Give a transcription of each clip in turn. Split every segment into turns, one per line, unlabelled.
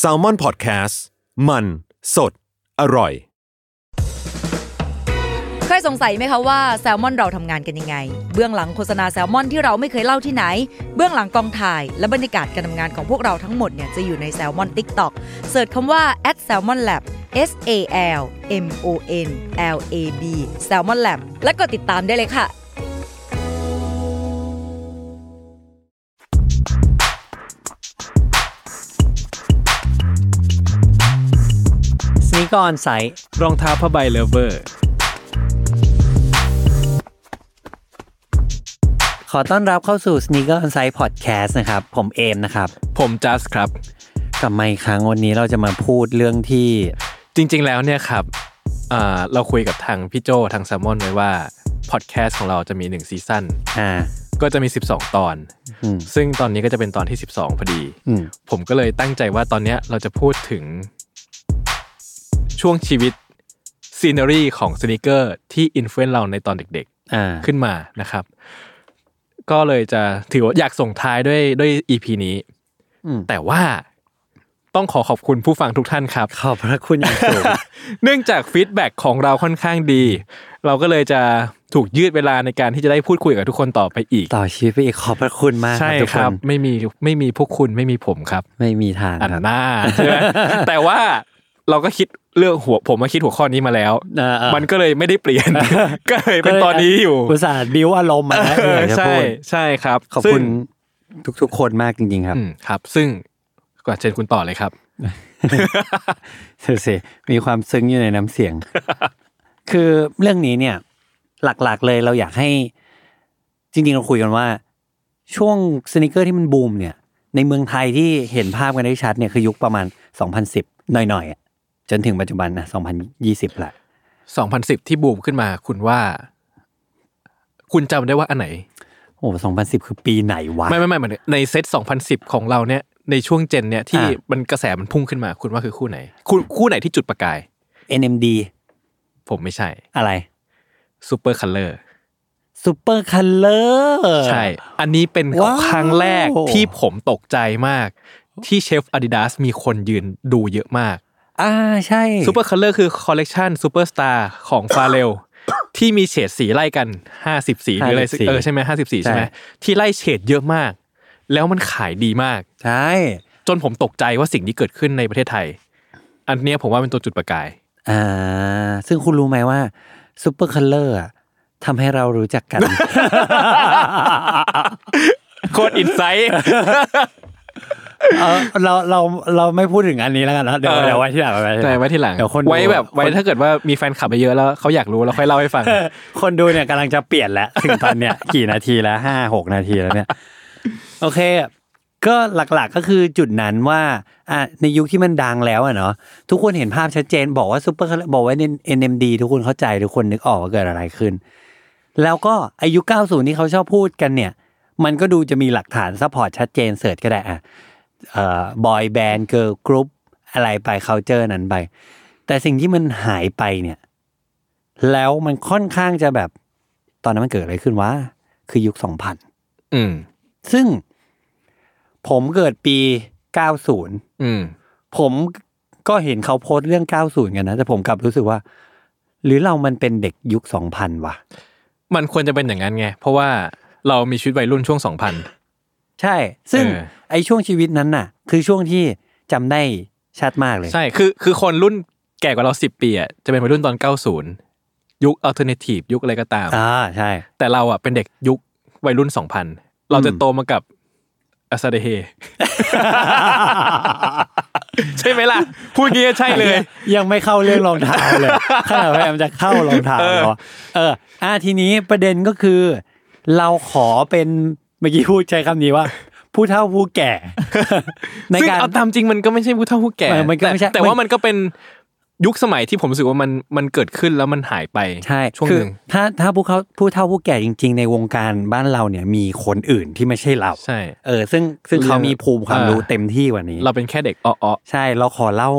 s a l ม o n PODCAST มันสดอร่อย
เคยสงสัยไหมคะว่าแซลมอนเราทำงานกันยังไง เบื้องหลังโฆษณาแซลมอนที่เราไม่เคยเล่าที่ไหน เบื้องหลังกองถ่าย และบรรยากาศการทำงานของพวกเราทั้งหมดเนี่ยจะอยู่ในแซลมอน Tik t o k เสิร์ชคำว่า at salmon lab S A L M O N L A B salmon lab และก็ติดตามได้เลยค่ะ
สนิกออนไซต์
รองเท้าผ้าใบเลเวอร์
ขอต้อนรับเข้าสู่ Sneaker On Site Podcast นะครับ ผมเอมนะครับ
ผมจัสครับ
กลับมาอีกครั้งวันนี้เราจะมาพูดเรื่องที่
จริงๆ แล้วเนี่ยครับอ่าเราคุยกับทางพี่โจทางแซมมอนไว้ว่า พอดแคสต์ของเราจะมี 1 ซีซั่น
อ่า
ก็จะมี 12 ตอน
อืม
ซึ่งตอนนี้ก็จะเป็นตอนที่ 12 พอดี
อืม
ผมก็เลยตั้งใจว่าตอนเนี้ยเราจะพูดถึง ช่วงชีวิตซีเนอรี่ของสนิเกอร์ที่อิ f ฟ u e n นเราในตอนเด็กๆ
อ่า
ขึ้นมานะครับ ก็เลยจะถือว่าอยากส่งท้ายด้วยด้วย EP นี้
อืม
แต่ว่าต้องขอขอบคุณผู้ฟังทุกท่านครับ
ขอบพระคุณอย่างสูง
เนื่องจากฟีดแบ็กของเราค่อนข้างดี เราก็เลยจะถูกยืดเวลาในการที่จะได้พูดคุยกับทุกคนต่อไปอีก
ต่อชีวิตไปอีกขอบพระคุณมาก
ใช่
ทุก
ค
ค
รั
น
บ ไม่มีไม่มีพวกคุณไม่มีผมครับ
ไม่มีทาง
อัน
ครับ
หน้าใช่ไหม แต่ว่าเราก็คิดเรื่องหัวผมมาคิดหัวข้อนี้มาแล้ว
เออเออ
มันก็เลยไม่ได้เปลี่ยน ก็เลยเป็นตอนนี้อยู่
อุตส่าห์บิวอารมณ์มาแล้ว
เอ
ที่
อย
อากจะ
ใช่
พูด
ใช่ครับ
ขอบ
ซึ่
คุ
ง
ณทุกๆคนมากจริงๆครับ
อืมครับ ซึ่งก่อนเชิญคุณต่อเลยครับ
เสียมีความซึ้งอยู่ในน้ำเสี ยง คือเรื่องนี้เนี่ย หลักๆเลยเราอยากให้ จริงๆเราคุยกันว่า ช่วงสนิเกอร์ที่มันบูมเนี่ย ในเมืองไทยที่เห็นภาพกันได้ชัดเนี่ยคือยุคประมาณ 2010 หน่อยๆอะจนถึงปัจจุบันนะ2020ละ
2010 ที่บูมขึ้นมาคุณว่า คุณจำได้ว่าอันไหน
โอ้2010 คือปีไหนวะ
ไม่ไม่ไม่เหมือนในเซต 2010 ของเราเนี่ยในช่วงเจนเนี่ยที่
อ่า
มันกระแสมันพุ่งขึ้นมา คุณว่าคือคู่ไหน คู่คู่ไหนที่จุดประกาย
NMD
ผมไม่ใช่
อะไร
ซูเปอร์คัลเลอร์
ซูเปอร์คัลเลอร์
ใช่ อันนี้เป็น
ว้าว
ครั้งแรกที่ผมตกใจมาก ที่เชฟอาดิดาสมีคนยืนดูเยอะมาก
อ่าใช่
ซูเปอร์คัลเลอร์คือคอลเลกชันซูเปอร์สตาร์ของฟาเรล ที่มีเฉดสีไล่กัน 50 สีหรืออะไรสักเออใช่ไหมห้าสิบสีใช่ไหมที่ไล่เฉดเยอะมาก แล้วมันขายดีมาก
ใช่
จนผมตกใจว่าสิ่งที่เกิดขึ้นในประเทศไทย อันเนี้ยผมว่าเป็นตัวจุดประกาย
อ่าซึ่งคุณรู้ไหมว่าซูเปอร์คัลเลอร์ทำให้เรารู้จักกัน
โคตรอินไซต์
เออเราเราเราไม่พูดถึงอันนี้แล้วกันนะเดี๋ยว
เออ
เดี๋ยวไว้ที่หลัง
ใช่ไว้ที่หลัง
เดี๋ยวคนดู
ไว้แบบไว้
คน
ถ้าเกิดว่ามีแฟนคลับเยอะๆแล้วเขาอยากรู้เราค่อยเล่าให้ฟัง
คนดูเนี่ยกำลังจะเปลี่ยนแล้ว ถึงตอนเนี้ยกี่นาทีแล้วห้าหกนาทีแล้วเนี่ย โอเค ก็หลักๆก็คือจุดนั้นว่าอ่ะในยุคที่มันดังแล้วอ่ะเนาะทุกคนเห็นภาพชัดเจนบอกว่าซูเปอร์บอกว่า NMD ทุกคนเข้าใจทุกคนนึกออกว่าเกิดอะไรขึ้น แล้วก็อายุ 90 ที่เขาชอบพูดกันเนี่ย มันก็ดูจะมีหลักฐานซัพพอร์ตชัดเจนเสิร์ชก็ได้อ่ะบอยแบนด์เกิร์ลกรุ๊ปอะไรไปเคาเจอร์นั้นไป แต่สิ่งที่มันหายไปเนี่ย แล้วมันค่อนข้างจะแบบ ตอนนั้นมันเกิดอะไรขึ้นวะคือยุค 2000
อืม
ซึ่งผมเกิดปี 90
อืม
ผมก็เห็นเขาโพสต์เรื่อง 90 กันนะ แต่ผมกลับรู้สึกว่า หรือเรามันเป็นเด็กยุค 2000 วะ
มันควรจะเป็นอย่างนั้นไง เพราะว่าเรามีชีวิตวัยรุ่นช่วง
ใช่ ซึ่ง
เออ
ไอช่วงชีวิตนั้นน่ะ คือช่วงที่จำได้ชัดมากเลย
2000 ใช่คือคือคนรุ่นแก่กว่าเรา 10 ปีอ่ะจะเป็นวัยรุ่นตอน 90 ยุคอัลเทอร์เนทีฟยุคอะไรก็ตาม
อ่า ใช่
แต่เราอ่ะเป็นเด็กยุควัยรุ่นสองพันเราจะโตมากับอาซาเดเฮ ใช่ไหม ล่ะ พูดงี้ก็ใช่เลย
ยังไม่เข้าเรื่องรองเท้าเลยขนาดพยายามจะเข้ารองเท้าเนาะเออ อ่าทีนี้ประเด็นก็คือ เราขอเป็นเมื่อกี้พูดใช้คำนี้ว่า ผู้เฒ่าผู้แก่ ใน
ซึ่ง
การ
เอาตามจริงมันก็ไม่ใช่ผู้เฒ่าผู้แก่
เออมันก็
แต่
ไม่ใช่
แต่
มัน
ว่ามันก็เป็นยุคสมัยที่ผมรู้สึกว่ามันมันเกิดขึ้นแล้วมันหายไป
ใช่
ช่วง
คื
ห
อ
นึ่ง
ถ้าถ้าผู้เขาผู้เฒ่าผู้แก่จริง ๆ ในวงการบ้านเราเนี่ยมีคนอื่นที่ไม่ใช่เรา
ใช่
เออ ซึ่งซึ่งเขามีภูมิความรู้
เออ
เต็มที่กว่านี้
เราเป็นแค่เด็กอ้อ
ใช่เราขอเล่า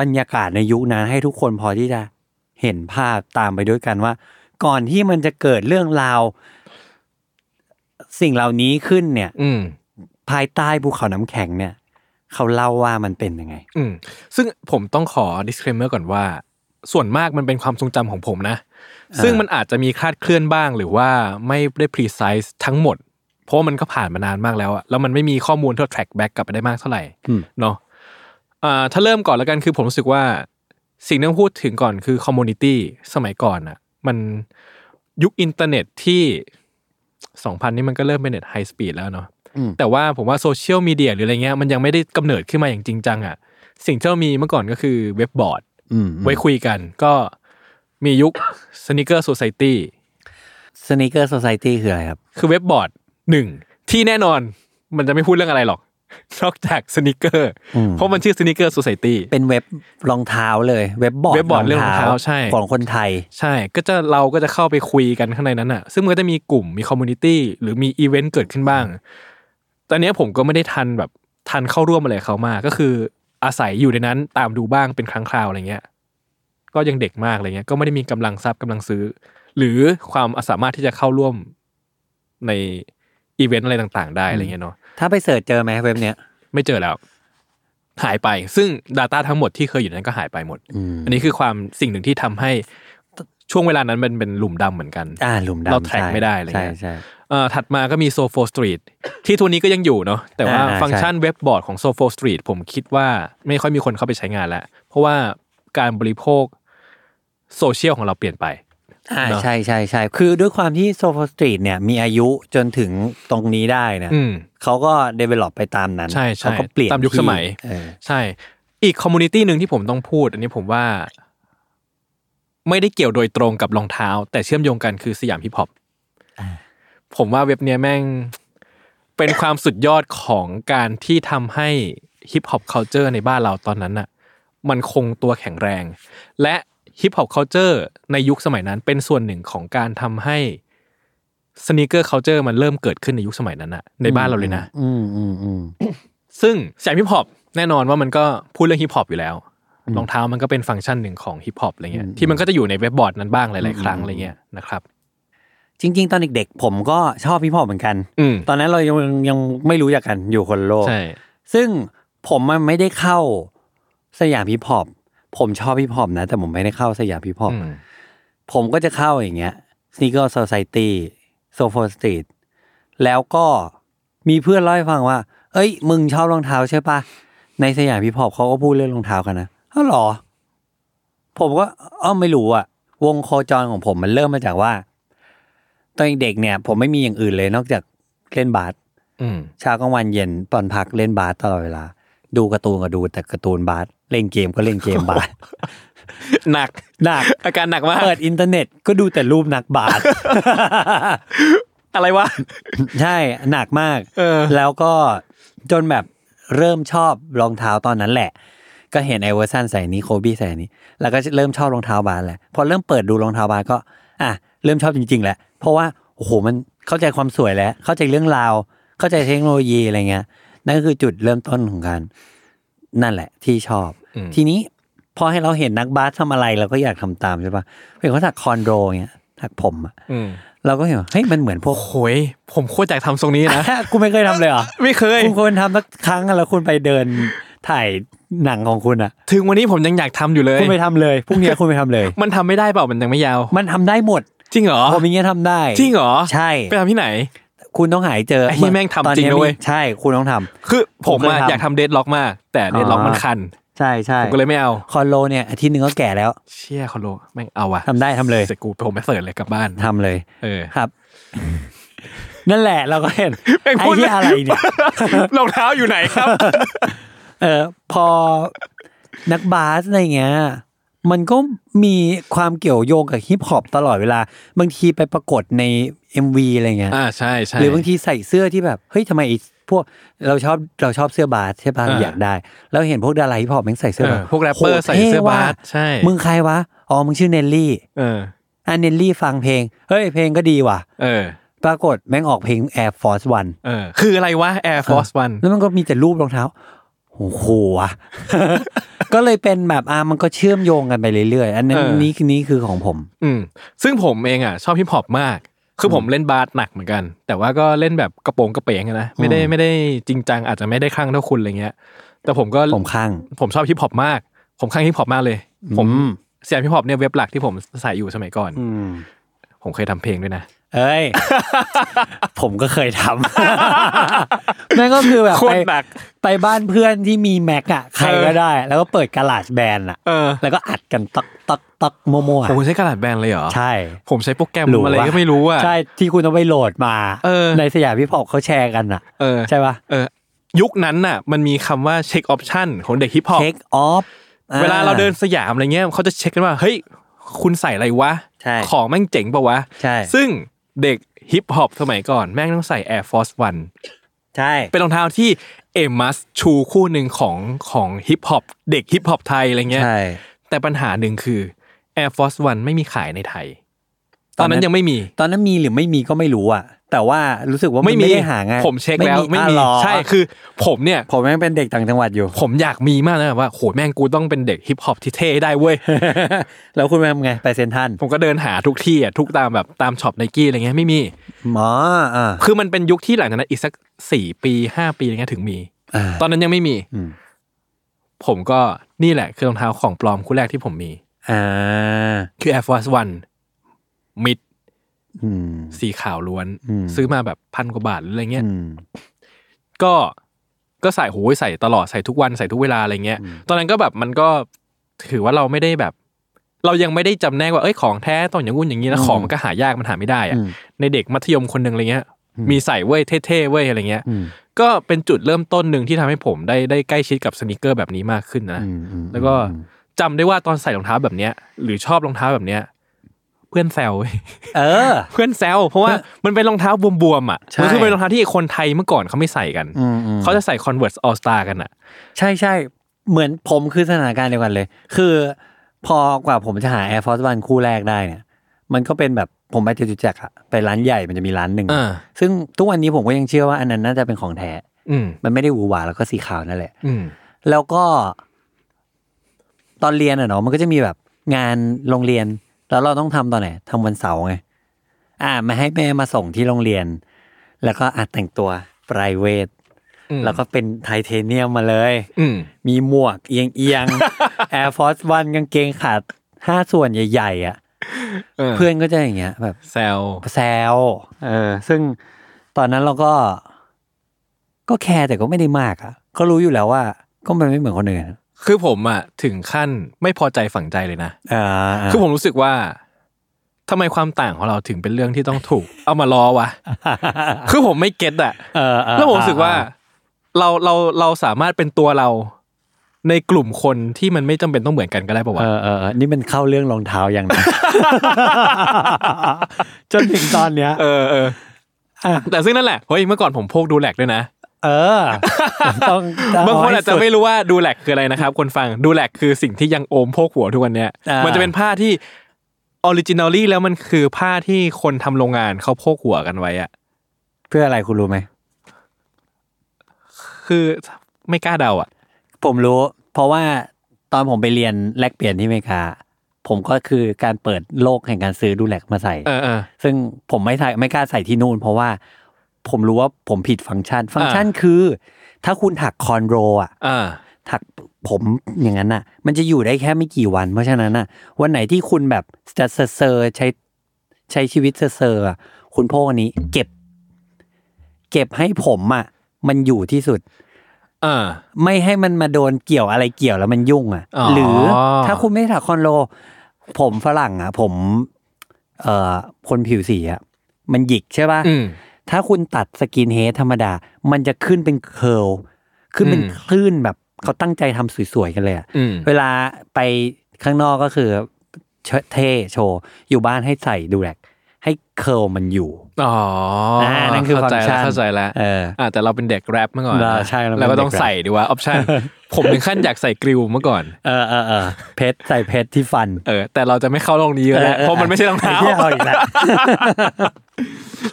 บรรยากาศในยุคนั้นให้ทุกคนพอที่จะเห็นภาพตามไปด้วยกันว่า ก่อนที่มันจะเกิดเรื่องราว สิ่งเหล่านี้ขึ้นเนี่ย
ๆอืม
ภายใต้ภูเขาน้ำแข็งเนี่ย เขาเล่าว่ามันเป็นยังไง
อืมซึ่งผมต้องขอ disclaimer ก่อนว่า ส่วนมากมันเป็นความทรงจำของผมนะ
อ่า
ซึ่งมันอาจจะมีคลาดเคลื่อนบ้างหรือว่าไม่ได้ precise ทั้งหมด เพราะว่ามันก็ผ่านมานานมากแล้วอะแล้วมันไม่มีข้อมูลที่ track back กลับไปได้มากเท่าไหร่
อืม
เนาะอ่าถ้าเริ่มก่อนแล้วกันคือผมรู้สึกว่า สิ่งที่ต้องพูดถึงก่อนคือคอมมูนิตี้สมัยก่อนอะมันยุคอินเทอร์เน็ตที่สองพันนี่มันก็เริ่มเป็นเน็ตไฮสปีดแล้วเนาะ
อืม
แต่ว่าผมว่าโซเชียลมีเดียหรืออะไรเงี้ยมันยังไม่ได้กำเนิดขึ้นมาอย่างจริงจังอะสิ่งที่เรามีเมื่อก่อนก็คือเว็บบอร์ด
อืม
ไว้คุยกันก็มียุคสนิเกอร์โซซ t y
สนิเกอร์โซซตี้คืออะไรครับ
คือเว็บบอร์ดหนึ่งที่แน่นอนมันจะไม่พูดเรื่องอะไรหรอก นอกจากสนิเกอร์
อืม
เพราะมันชื่อสนิเกอร์โซซ t y
เป็นเว็บรองเท้าเลย เว็บบอร์ด
เว็บบอร์ดเรื่องรองเท้าใช่
ของคนไทย
ใช่ ก็จะเราก็จะเข้าไปคุยกันข้างในนั้นอ่ะ ซึ่งมันก็จะมีกลุ่ม มีคอมมูนิตี้ หรือมีอีเวนต์เกิดขึ้นบ้าง ตอนเนี้ยผมก็ไม่ได้ทันแบบทันเข้าร่วมอะไรเขามาก ก็คืออาศัยอยู่ในนั้นตามดูบ้างเป็นครั้งคราวอะไรเงี้ย ก็ยังเด็กมากอะไรเงี้ย ก็ไม่ได้มีกำลังทรัพย์กำลังซื้อ หรือความสามารถที่จะเข้าร่วมในอีเวนต์อะไรต่างๆ ได้อะไรเงี้ยเนาะ
ถ้าไปเสิร์ชเจอไหมเว็บเนี้ย
ไม่เจอแล้ว หายไป ซึ่ง Data ทั้งหมดที่เคยอยู่ในนั้นก็หายไปหมด อันนี้คือความสิ่งหนึ่งที่ทำให้ช่วงเวลานั้นมันเป็นหลุมดำเหมือนกัน
อ่าหลุมดำ
เราแทร็ก
ใช่
ไม่ได้อะไรเงี้
ใช่
ย
ใช่
เอ่อถัดมาก็มีโซโฟสตรีทที่ทุนนี้ก็ยังอยู่เนาะแต่ว่า
อ่าอ่า
ฟังก์ชันเว็บบอร์ดของโซโฟสตรีทผมคิดว่าไม่ค่อยมีคนเข้าไปใช้งานแล้ว เพราะว่าการบริโภคโซเชียลของเราเปลี่ยนไป
อ่า
เนอะ
ใช่ใช่ใช่คือด้วยความที่โซฟ s สตรีทเนี่ยมีอายุจนถึงตรงนี้ได้นะ
อืม
เขาก็ develop ไปตามนั้น
ใช่ใช่
เขาก็เปลี่ยน
ตามยุค
ที่
สมัย
เออ
ใช่ อีกคอมมูนิตี้หนึ่งที่ผมต้องพูด อันนี้ผมว่า ไม่ได้เกี่ยวโดยตรงกับรองเท้า แต่เชื่อมโยงกันคือสยามฮิปฮอปผมว่าเว็บเนี้ยแม่ง เป็นความสุดยอดของการที่ทำให้ฮิปฮอป c u l t u r e ในบ้านเราตอนนั้นน่ะ มันคงตัวแข็งแรง และฮิปฮอป c u l t u r e ในยุคสมัยนั้นเป็นส่วนหนึ่งของการทำให้สน e เกอร์ culture มันเริ่มเกิดขึ้นในยุคสมัยนั้นน่ะ ในบ้านเราเลยนะ
อืมอืมอืม
ซึ่งสายฮิปฮอปแน่นอนว่ามันก็พูดเรื่องฮิปฮอปอยู่แล้วรองเท้ามันก็เป็นฟังก์ชันหนึ่งของฮิปฮอปอะไรเงี้ยที่มันก็จะอยู่ในเว็บบอร์ดนั้นบ้างหลาย ๆ ครั้งอะไรเงี้ยนะครับ
จริง ๆ ตอนเด็กๆ ผมก็ชอบฮิปฮอปเหมือนกัน
อืม
ตอนนั้นเรายังยังไม่รู้จักกันอยู่คนละโลก
ใช่
ซึ่งผมมันไม่ได้เข้าสยามฮิปฮอปผมชอบฮิปฮอปนะ แต่ผมไม่ได้เข้าสยามฮิปฮอป
อืม
ผมก็จะเข้าอย่างเงี้ยสนิเกอร์โซซ t ตี้โซฟสตรีทแล้วก็มีเพื่อนเล่าให้ฟังว่า เอ้ย มึงชอบรองเท้าใช่ปะในสยามฮิปฮอปเขาก็พูดเรื่องรองเท้ากันนะอ้าวเหรอ ผมก็อ้อไม่รู้อะวงโคจรของผมมันเริ่มมาจากว่า ตอนเด็กๆเนี่ย ผมไม่มีอย่างอื่นเลยนอกจากเล่นบาส
อืม
เช้ากลางวันเย็นตอนพักเล่นบาสตลอดเวลา ดูการ์ตูนก็ดูแต่การ์ตูนบาสเล่นเกมก็เล่นเกมบาส
หนัก
หนัก
อาการหนักมาก
เปิดอินเทอร์เน็ตก็ดูแต่รูปนักบาส
อะไรวะ
ใช่หนักมาก
เออ
แล้วก็จนแบบเริ่มชอบรองเท้าตอนนั้นแหละ ก็เห็นไอเวอร์สันใส่อันนี้โคบี้ใส่อันนี้ แล้วก็เริ่มชอบรองเท้าบาสแหละพอเริ่มเปิดดูรองเท้าบาสก็ อ่ะเริ่มชอบจริง ๆ แล้ว เพราะว่าโอ้โหมันเข้าใจความสวยแล้ว เข้าใจเรื่องราว เข้าใจเทคโนโลยีอะไรเงี้ยนั่นก็คือจุดเริ่มต้นของการนั่นแหละที่ชอบ
อืม
ทีนี้พอให้เราเห็นนักบาสทำอะไรเราก็อยากทำตามใช่ปะเป็นเขาถักคอนโดเงี้ยถักผมอะ
อืม
เราก็เห็นว่าเฮ้ยมันเหมือนพวก
โอ้โหยผมโคตรอยากทำทรงนี้นะ
กูไม่เคยทำเลยเหรอ
ไม่เคย
คุณควรทำสักครั้งอะแล้วคุณไปเดินถ่ายหนังของคุณอ่ะ
ถึงวันนี้ผมยังอยากทำอยู่เลย
คุณไปทำเลยพรุ่งนี้คุณไปทำเลย
มันทำไม่ได้เปล่ามันยังไม่ยาว
มันทำได้หมด
จริงเหรอ
ผมอย่างเงี้ยทำได้
จริงเหรอ
ใช่
ไปทำที่ไหน
คุณต้องหายเจอ
ไอ้เหี้ยแม่งทำ
ตอน
จริงนะ
นี้
เว้ย
ใช่คุณต้องทำ
คือผม
ผม
อะ
เคยทำ
อยากทำเดดล็อกมาก แต่เดดล็อก
อ๋อ
มันคัน
ใช่ใช่
ผมก็เลยไม่เอา
คอนโลเนี่ยอาทิตย์หนึ่งก็แก่แล้ว
เชี่ยคอนโลแม่งเอาอะ
ทำได้ทำเลย
สร็จกูผมไปเสิร์ชเลยกลับบ้าน
ทำเลย
เออ
ครับ นั่นแหละเราก็เห็น
แม่ง
ไอ้
พูด
ที่อะไรเนี่ย
รองเท้าอยู่ไหนครับ
เออพอนักบาสอะไรเงี้ยมันก็มีความเกี่ยวโยงกับฮิปฮอปตลอดเวลา บางทีไปปรากฏใน MV อะไรเงี้ย
อ่าใช่ใช่
หรือบางทีใส่เสื้อที่แบบเฮ้ยทำไมไอ้พวกเราชอบเราชอบเสื้อบาสใช่ป่ะ
อ่า
อยากได้ แล้วเห็นพวกดาราฮิปฮอปแม่งใส่เสื้อ
เออ
แบบ
พวกแรปเปอร์
โห
ใส่เสื้อ
ท่ว่ะ
บาสใช่
มึงใครวะอ๋อมึงชื่อเนลลี่
เออ
อ่ะเนลลี่ฟังเพลงเฮ้ยเพลงก็ดีว่ะ
เออ
ปรากฏแม่งออกเพลง Air Force One
เออ คืออะไรวะ Air Force One
แล้วมันก็มีแต่รูปรองเท้า โอ้โหอะ ก็เลยเป็นแบบอ่ะมันก็เชื่อมโยงกันไปเรื่อยๆ อันนั้น
เออ
นี้นี้คือของผม
อืมซึ่งผมเองอ่ะ ชอบฮิปฮอปมาก คือผมเล่นบาสหนักเหมือนกัน แต่ว่าก็เล่นแบบกระโปรงกระเป๋งอะนะ ไม่ได้
อืม
ไม่ได้จริงจังอาจจะไม่ได้คลั่งเท่าคุณอะไรเงี้ย แต่ผมก็
ผมข้าง
ผมชอบฮิปฮอปมาก ผมข้างฮิปฮอปมากเลย ผมเสียงฮิปฮอปเนี่ยเว็บหลักที่ผมใส่อยู่สมัยก่อน
อืม
ผมเคยทำเพลงด้วยนะ
เอ้ย ผมก็เคยทำ นั่นก็คือแบบ
โค
ไป
ตรหนัก
ไปบ้านเพื่อนที่มีแม็กอะใครก็ได้ แล้วก็เปิดกระลาดแบนอะ
เออ
แล้วก็อัดกันตักตักตักโมโมวๆอะ
ผมใช้กระดาษแบนเลยเหรอ
ใช่
ผมใช้โปรแกรมอะไรก็ไม่รู้อ่ะ
ใช่ที่คุณต้องไปโหลดมา
เออ
ในสยามพิพอกเขาแชร์กันอะ
เออ
ใช่ปะ
เออยุคนั้นน่ะ มันมีคำว่าเช็คออปชันของเด็กฮิปฮอป
เช็คออฟ
เวลาเราเดินสยามอะไรเงี้ยเขาจะเช็คกันว่า เฮ้ย คุณใส่อะไรวะ
ใช่
ของแม่งเจ๋งปะวะ
ใช่
ซึ่งเด็กฮิปฮอปสมัยก่อนแม่งต้องใส่ Air Force One
ใช่
เป็นรองเท้าที่เอมัสชูคู่หนึ่งของของฮิปฮอปเด็กฮิปฮอปไทยอะไรเงี้ย
ใช่
แต่ปัญหาหนึ่งคือ Air Force One ไม่มีขายในไทย ตอน
ตอน
นั้
นั้น น
ยังไม่มี
ตอนนั้นมีหรือไม่มีก็ไม่รู้อะแต่ว่ารู้สึกว่านไม่ได้หาง่าย
ผมเช็คแล้วไม่
อ่ะ
มี
หรอ
ใช่คือผมเนี่ย
ผมยังเป็นเด็กต่างจังหวัดอยู่
ผมอยากมีมากนะแบบว่าโหแม่งกูต้องเป็นเด็กฮิปฮอปที่เท่ได้เว้ย
แล้วคุณไปทำไงไปเซ็นทรัน
ผมก็เดินหาทุกที่อ่ะทุกตามแบบตามช็อปไนกี้อะไรเงี้ยไม่มี
หมออ่า
คือมันเป็นยุคที่หลังจากนั้นอีกสักสี่ปีห้าปีอะไรเงี้ยถึงมี
อ่า
ตอนนั้นยังไม่มี
อืม
ผมก็นี่แหละคือรองเท้าของปลอมคู่แรกที่ผมมี
อ่า
คือ Air Force One Mid
อืม
สีขาวล้วน
อืม
ซื้อมาแบบพันกว่าบาทหรืออะไรเงี้ย
อืม
ก็ก็ใส่โหยใส่ตลอดใส่ทุกวันใส่ทุกเวลาอะไรเงี้ย ตอนนั้นก็แบบมันก็ถือว่าเราไม่ได้แบบ เรายังไม่ได้จำแนกว่าเอ้ยของแท้ต้องอย่างงู้นอย่างนี้นะ
อืม
ของมันก็หายากมันหาไม่ได้อะ
อืม
ในเด็กมัธยมคนหนึ่งอะไรเงี้ย มีใส่เว้ยเท่ๆเว้ยอะไรเงี้ย
อืม
ก็เป็นจุดเริ่มต้นหนึ่งที่ทำให้ผมได้ได้ใกล้ชิดกับสนิเกอร์แบบนี้มากขึ้นนะ
อืมอืม
แล้วก็จำได้ว่าตอนใส่รองเท้าแบบเนี้ย หรือชอบรองเท้าแบบเนี้ย เพื่อนแซวเว้ย
เออ
เพื่อนแซวเพราะว่ามันเป็นรองเท้าบวมๆอ่ะ
ใช่
มันคือเป็นรองเท้าที่คนไทยเมื่อก่อนเขาไม่ใส่กัน
อืมอืม
เขาจะใส่ Converse All Star กันอ่ะ
ใช่ใช่เหมือนผมคือสถานการณ์เดียวกันเลย คือพอกว่าผมจะหา Air Force One คู่แรกได้เนี่ย มันก็เป็นแบบผมไปจตุจักรอะไปร้านใหญ่มันจะมีร้านหนึ่ง
อ่า
ซึ่งทุกวันนี้ผมก็ยังเชื่อว่าอันนั้นน่าจะเป็นของแท้
อืม
มันไม่ได้หวือหวาแล้วก็สีขาวนั่นแหละ
อืม
แล้วก็ ตอนเรียนอะเนาะมันก็จะมีแบบงานโรงเรียน แล้วเราต้องทำตอนไหนทำวันเสาร์ไงอ่ามาให้แม่มาส่งที่โรงเรียน แล้วก็อาจแต่งตัวไพรเวท
อืม
แล้วก็เป็นไทเทเนียมมาเลย
อืม
มีหมวกเอียงเอียง แอร์ฟอร์สวันกางเกงขาดห้าส่วนใหญ่ ๆ อ่ะ
เออ
เพื่อนก็จะอย่างเงี้ย แบบ
แซว
แซวเออ ซึ่งตอนนั้นเราก็ ก็แคร์แต่ก็ไม่ได้มากอ่ะ ก็รู้อยู่แล้วว่า ก็มันไม่เหมือนคนอื่นอะ
คือผมอ่ะ ถึงขั้นไม่พอใจฝังใจเลยนะ
อ่าา
คือผมรู้สึกว่าทำไมความต่างของเราถึงเป็นเรื่องที่ต้องถูก เอามาล้อวะ คือผมไม่เก็ตอ่ะ
เออเออ
แล้วผมรู้สึกว่า เราเราเราสามารถเป็นตัวเรา ในกลุ่มคนที่มันไม่จำเป็นต้องเหมือนกันก็ได้ปะวะ
เออเออเออนี่มันเข้าเรื่องรองเท้ายังนะ จนถึงตอนเนี้ย
เออเออ
อ่ะ
แต่ซึ่งนั่นแหละเฮ้ยเมื่อก่อนผมพกดูแลกด้วยนะ
เออต้อง
บางคนอาจจะ
เให้สุด
ไม่รู้ว่าดูแลกคืออะไรนะครับ คนฟังดูแลกคือสิ่งที่ยังโอมโพกหัวทุกวันเนี้ย
อ่ามั
มันจะเป็นผ้าที่ออริจินอลี่แล้วมันคือผ้าที่คนทำโรงงานเขาโพกหัวกันไว้อะ
เพื่ออะไรคุณรู้ไหม
คือไม่กล้าเดาอ่ะ
ผมรู้ เพราะว่าตอนผมไปเรียนแลกเปลี่ยนที่อเมริกา ผมก็คือการเปิดโลกแห่งการซื้อดูแลกมาใส่
เออเออ
ซึ่งผมไม่ใส่ไม่กล้าใส่ที่นู่น เพราะว่าผมรู้ว่าผมผิดฟังก์ชัน ฟังก์ชันคือ ถ้าคุณถักคอนโรอ่ะ
อ่า
ถักผมอย่างนั้นน่ะ มันจะอยู่ได้แค่ไม่กี่วัน เพราะฉะนั้นน่ะ วันไหนที่คุณแบบจะเซอร์เซอร์ใช้ใช้ชีวิตเซอร์เซอร์อ่ะคุณพ่ออันนี้ เก็บ เก็บให้ผมอ่ะมันอยู่ที่สุด
อ่า
ไม่ให้มันมาโดนเกี่ยวอะไรเกี่ยวแล้วมันยุ่งอ่ะ
อ๋อ
หรือถ้าคุณไม่ถักคอนโล ผมฝรั่งอ่ะ ผม เอ่อคนผิวสีอ่ะมันหยิกใช่ป่ะ
อืม
ถ้าคุณตัดสกินเฮดธรรมดา มันจะขึ้นเป็นเคิร์ลขึ้นเป็น
อืม
คลื่นแบบเขาตั้งใจทำสวยๆกันเลยอะ
อืม
เวลาไปข้างนอกก็คือเชเท่โชว์ อยู่บ้านให้ใส่ดูแลกให้เคิร์ลมันอยู่
อ๋ออา
นั่นคือ
เข้าใจ
ฟังก์ชั
แล้ว
น
เข้าใจแล้ว
เออ
อ่าแต่เราเป็นเด็กแรปเมื่อก่อน
เรา
นะ
ใช่เราเป็น
แล้วก็ต้อง
เด็กแรป
ใส่ดีว่าออปชั่น ผมถึงขั้นอยากใส่กริวเมื่อก่อน
เออเออเออเพชรใส่เพชรที่ฟัน
เออ แต่เราจะไม่เข้าลงนี้แล้วเพราะมันไม่ใช่รองเท้า
ไเอาอีกแล้ว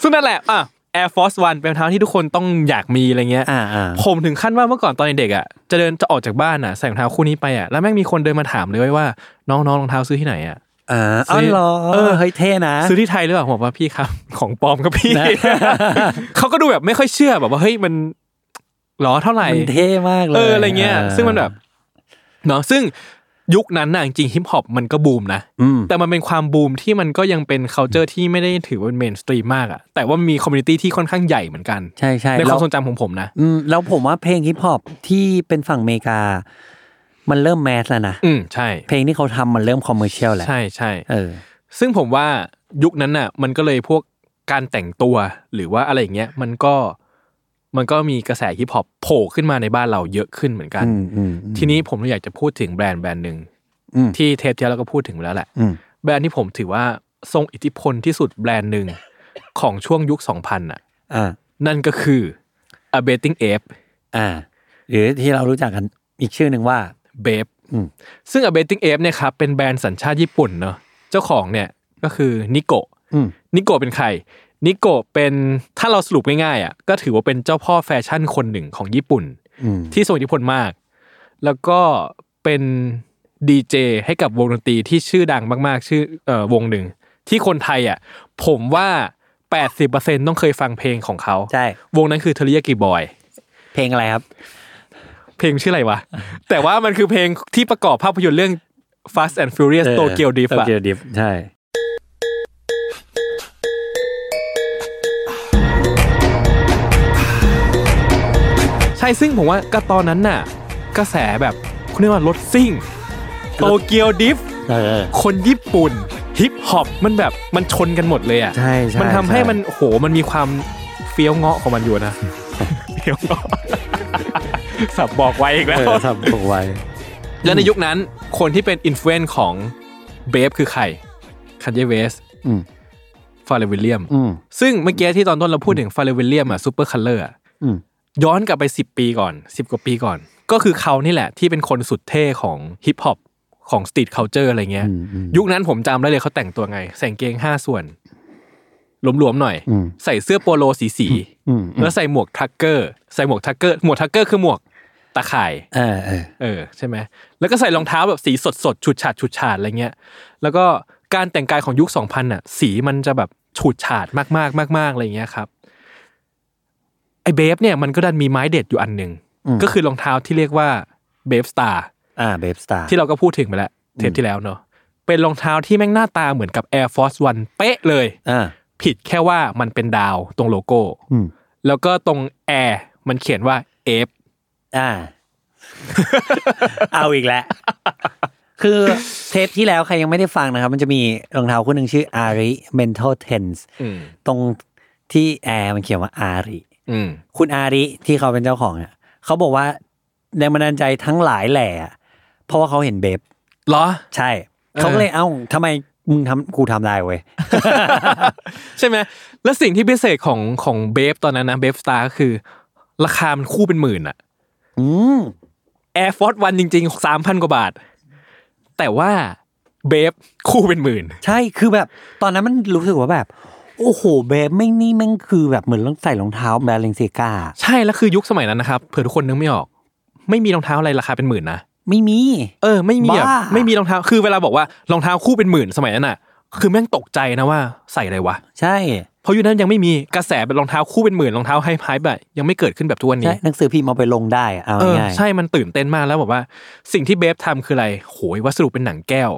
ซึ่งนั่นแหละ อ่ะ Air Force One เป็นรองเท้าที่ทุกคนต้องอยากมีอะไรเงี้ย
อ่าอ่า
ผมถึงขั้นว่าเมื่อก่อนตอนเด็กๆอ่ะ จะเดินจะออกจากบ้านอ่ะ ใส่รองเท้าคู่นี้ไปอ่ะ แล้วแม่งมีคนเดินมาถามเลยว่า น้องๆรองเท้าซื้อที่ไหนอ่ะ
เออเอาเหรอ
เออ
เฮ้ยเท่นะ
ซื้อที่ไทยหรือเปล่าผมบอกว่าพี่ครับ ของปลอมครับพี่
นะ
เขาก็ดูแบบไม่ค่อยเชื่อแบบว่าเฮ้ยมัน หรอเท่าไหร่
มันเท่มากเลย
เอออะไรเงี้ย
า
ซึ่งมันแบบเนาะซึ่งยุคนั้นน่ะจริงฮิปฮอปมันก็บูมนะ
อืม
แต่มันเป็นความบูมที่มันก็ยังเป็น c u เจอร์ที่ไม่ได้ถือว่าเป็นเมนสตรีมมากอะแต่ว่ามีคอมมูนิตี้ที่ค่อนข้างใหญ่เหมือนกัน
ใช่ใช่
ใน
แล้ว
คาว มทรงจำของผมนะ
อืมแล้วผมว่าเพลงฮิปฮอปที่เป็นฝั่งอเมริกา มันเริ่มแมสแล้วนะ
อืมใช่
เพลงที่เขาทำมันเริ่มคอมเมอร์เชียลแล้ว
ใช่ใช่
เออ
ซึ่งผมว่ายุคนั้นน่ะ มันก็เลยพวกการแต่งตัวหรือว่าอะไรอย่างเงี้ยมันก็มันก็มีกระแสฮิปฮอปโผล่ขึ้นมาในบ้านเราเยอะขึ้นเหมือนกัน
อืมอืมอืม
ทีนี้ผมเลยอยากจะพูดถึงแบรนด์แบรนด์หนึ่ง
อืม
ที่เทปที่แล้วเราก็พูดถึงไปแล้วแหละ
อืม
แบรนด์ที่ผมถือว่าทรงอิทธิพลที่สุดแบรนด์หนึ่งของช่วงยุค 2000น่ะ
อ่า
นั่นก็คือ a b e t i n g Ape
อ่า หรือที่เรารู้จักกันอีกชื่อหนึ่งว่า
b a b e
อืม
ซึ่ง a b e t i n g Ape เนี่ยครับเป็นแบรนด์สัญชาติญี่ปุ่นเนาะเจ้าของเนี่ยก็คือนิโก
อืม
นิโกเป็นใคร นิโกเป็นถ้าเราสรุปง่ายๆอ่ะก็ถือว่าเป็นเจ้าพ่อแฟชั่นคนหนึ่งของญี่ปุ่น
อืม
ที่ทรงอิทธิพลมาก แล้วก็เป็นดีเจให้กับวงดนตรีที่ชื่อดังมาก ๆ ชื่อเอ่อวงหนึ่ง ที่คนไทยอ่ะ ผมว่า 80%ต้องเคยฟังเพลงของเขา
ใช่
วงนั้นคือเทเลียกีบอย
เพลงอะไรครับ
เพลงชื่ออะไรวะ แต่ว่ามันคือเพลงที่ประกอบภาพยนตร์เรื่อง Fast and Furious
ออ
Tokyo Drift อะ
Tokyo Drift ใช่
ใช่ซึ่งผมว่าก็ตอนนั้นน่ะ กระแสแบบคุณเรียกว่ารถซิ่งโตเกียวดิฟ
เออ
คนญี่ปุ่นฮิปฮอปมันแบบมันชนกันหมดเลยอ่ะ
ใช่ใช่
มันทำให้
ใช่
มันโอ้โหมันมีความเฟี้ยวเงาะของมันอยู่นะ เฟี้ยวเงาะ สับบอกไว้อีกแล้
เอ
ว
อทำถูกไว้
แล้วในยุคนั้นคนที่เป็นอินฟลูเอนซ์ของเบฟคือใครคันเยเวส
อืม
ฟาเรวิลเลียม
อืม
ซึ่งเมื่อกี้ที่ตอนต้นเราพูดถึงฟาเรวิลเลียมอะซูเปอร์คัลเลอร์
อืม
ย้อนกลับไป 10 ปีก่อน 10 กว่าปีก่อน ก็คือเขานี่แหละที่เป็นคนสุดเท่ของฮิปฮอปของสตรีทเคาเจอร์อะไรเงี้ย
อืมอืม
ยุคนั้นผมจำได้เลยเขาแต่งตัวไง ใส่กางเกงห้าส่วน หลวมๆหน่อย
อืม
ใส่เสื้อโปโลสีสี
อืม
ๆแล้วใส่หมวกทักเกอร์ ใส่หมวกทักเกอร์ หมวกทักเกอร์คือหมวกตาข่าย
เออเออ
เออใช่ไหม แล้วก็ใส่รองเท้าแบบสีสดสดๆฉูดฉาดฉูดฉาดอะไรเงี้ย แล้วก็การแต่งกายของยุค 2000น่ะ สีมันจะแบบฉูดฉาดมาก ๆ มาก ๆ อะไรเงี้ยครับ ไอเบฟเนี่ยมันก็ดันมีไม้เด็ดอยู่อันหนึ่ง
อืม
ก็คือรองเท้าที่เรียกว่าเบฟสตาร์
อ่าเบบสตาร์
ที่เราก็พูดถึงไปแล้วเทปที่แล้วเนอะเป็นรองเท้าที่แม่งหน้าตาเหมือนกับ Air Force One เป๊ะเลย
อ่า
ผิดแค่ว่ามันเป็นดาวตรงโลโก้
อืม
แล้วก็ตรง Air มันเขียนว่า F
อ่า เอาอีกแล้ว คือเทปที่แล้วใครยังไม่ได้ฟังนะครับ มันจะมีรองเท้าคู่หนึ่งชื่ออาริ Mental Tense
อืม
ตรงที่แอร์มันเขียนว่าอาริ
อืม
คุณอาริที่เขาเป็นเจ้าของเนี่ยเขาบอกว่าแรงบันดาลใจทั้งหลายแหล่อะเพราะว่าเขาเห็นเบบ
เหรอ
ใช่ เขาก็เลยเอ้าทำไมมึงทำกูทำได้เว้ย
ใช่ไหม แล้วสิ่งที่พิเศษของของเบฟตอนนั้นนะเบฟสตาร์ก็คือ ราคามันคู่เป็นหมื่นอะ
อืม
Air Force One จริงๆ 3,000 กว่าบาท แต่ว่าเบฟคู่เป็นหมื่น
ใช่คือแบบ ตอนนั้นมันรู้สึกว่าแบบ โอ้โหเบบไม่งนี่แม่งคือแบบเหมือนใส่รองเท้าแบรนด์เซกา
ใช่แล้วคือยุคสมัยนั้นนะครับเผื่อทุกคนนึกไม่ออก ไม่มีรองเท้าอะไรราคาเป็นหมื่นนะ
ไม่มี
เออไม่มีแบบ
บ้า
ไม่มีรองเท้าคือเวลาบอกว่ารองเท้าคู่เป็นหมื่นสมัยนั้นอ่ะ คือแม่งตกใจนะว่าใส่อะไรวะ
ใช่
เพราะยุคนั้นยังไม่มีกระแสเป็นรองเท้าคู่เป็นหมื่นรองเท้าไฮไฮแบบยังไม่เกิดขึ้นแบบทุกวัน
ใช่
นี้
หนังสือพิมพ์เอาไปลงได้อะเอา
เออ
ง่ายๆ
ใช่มันตื่นเต้นมากแล้วบอกว่า สิ่งที่เบฟทำคืออะไรโหยวัสดุเป็นหนังแก้ว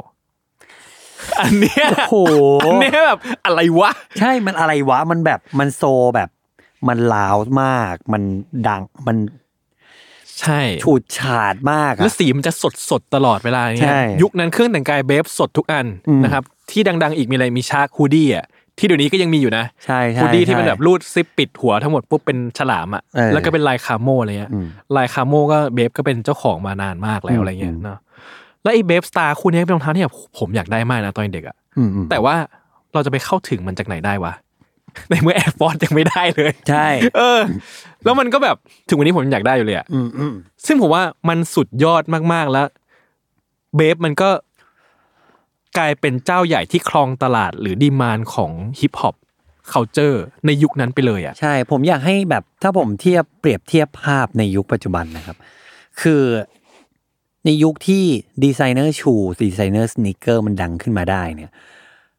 อันเนี้ย
โอ้โห
อันเนี้ยแบบอะไรวะ
ใช่ มันอะไรวะ มันแบบมันโซแบบ มันลาวมาก มันดังมัน
ใช่
ฉูดฉาดมาก
แล้
อะ
วสีมันจะสดสดๆตลอดเวลาเนี่
ใช่
ยยุคนั้นเครื่องแต่งกายเบฟสดทุกอัน
อืม
นะครับที่ดัง ๆ อีกมีอะไรมีชาร์คฮูดี้อ่ะที่เดี๋ยวนี้ก็ยังมีอยู่นะ
ใช่ใช่
ฮูดดี้ที่
ใช่
เป็นแบบรูดซิปปิดหัวทั้งหมดปุ๊บเป็นฉลามอ่ะ
เออ
แล้วก็เป็นลายคาโมอะไรเงี้ย
อืม
ลายคาโมก็เบฟก็เป็นเจ้าของมานานมากแล้
อื
ว
ม
อะไรเงี้ยเนาะแล้วไอ้เบฟสตาร์คู่เนี้ยเป็นรองเท้าที่แบบผมอยากได้มากนะตอนเด็กอ่ะ
อืมอืม
แต่ว่าเราจะไปเข้าถึงมันจากไหนได้วะ ในเมื่อแอร์ฟอร์ยังไม่ได้เลย
ใช่
เออ แล้วมันก็แบบถึงวันนี้ผมยังอยากได้อยู่เลยอ่ะ
อืมอืม
ซึ่งผมว่ามันสุดยอดมากๆแล้วเบฟมันก็กลายเป็นเจ้าใหญ่ที่ครองตลาดหรือดีมานของฮิปฮอปเคาเจอร์ในยุคนั้นไปเลยอ่ะ
ใช่ ผมอยากให้แบบถ้าผมเทียบเปรียบเทียบภาพในยุคปัจจุบันนะครับ คือในยุคที่ดีไซเนอร์ชูดีไซเนอร์สนิเกอร์มันดังขึ้นมาได้เนี่ย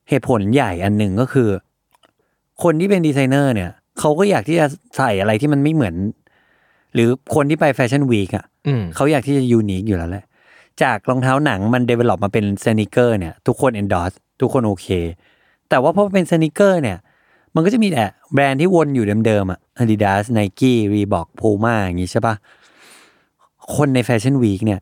เหตุผลใหญ่อันหนึ่งก็คือ คนที่เป็นดีไซเนอร์เนี่ย เขาก็อยากที่จะใส่อะไรที่มันไม่เหมือน หรือคนที่ไปแฟชั่นวีคอ่ะ
อืม
เขาอยากที่จะยูนิคอยู่แล้วแหละจากรองเท้าหนังมันเดเวล็อปมาเป็นสนิเกอร์เนี่ยทุกคนเอนดอสทุกคนโอเค แต่ว่าพอเป็นสนิเกอร์เนี่ย มันก็จะมีแต่แบรนด์ที่วนอยู่เดิมๆอ่ะ Adidas Nike Reebok Puma อย่างงี้ใช่ปะคนในแฟชั่นวีคเนี่ย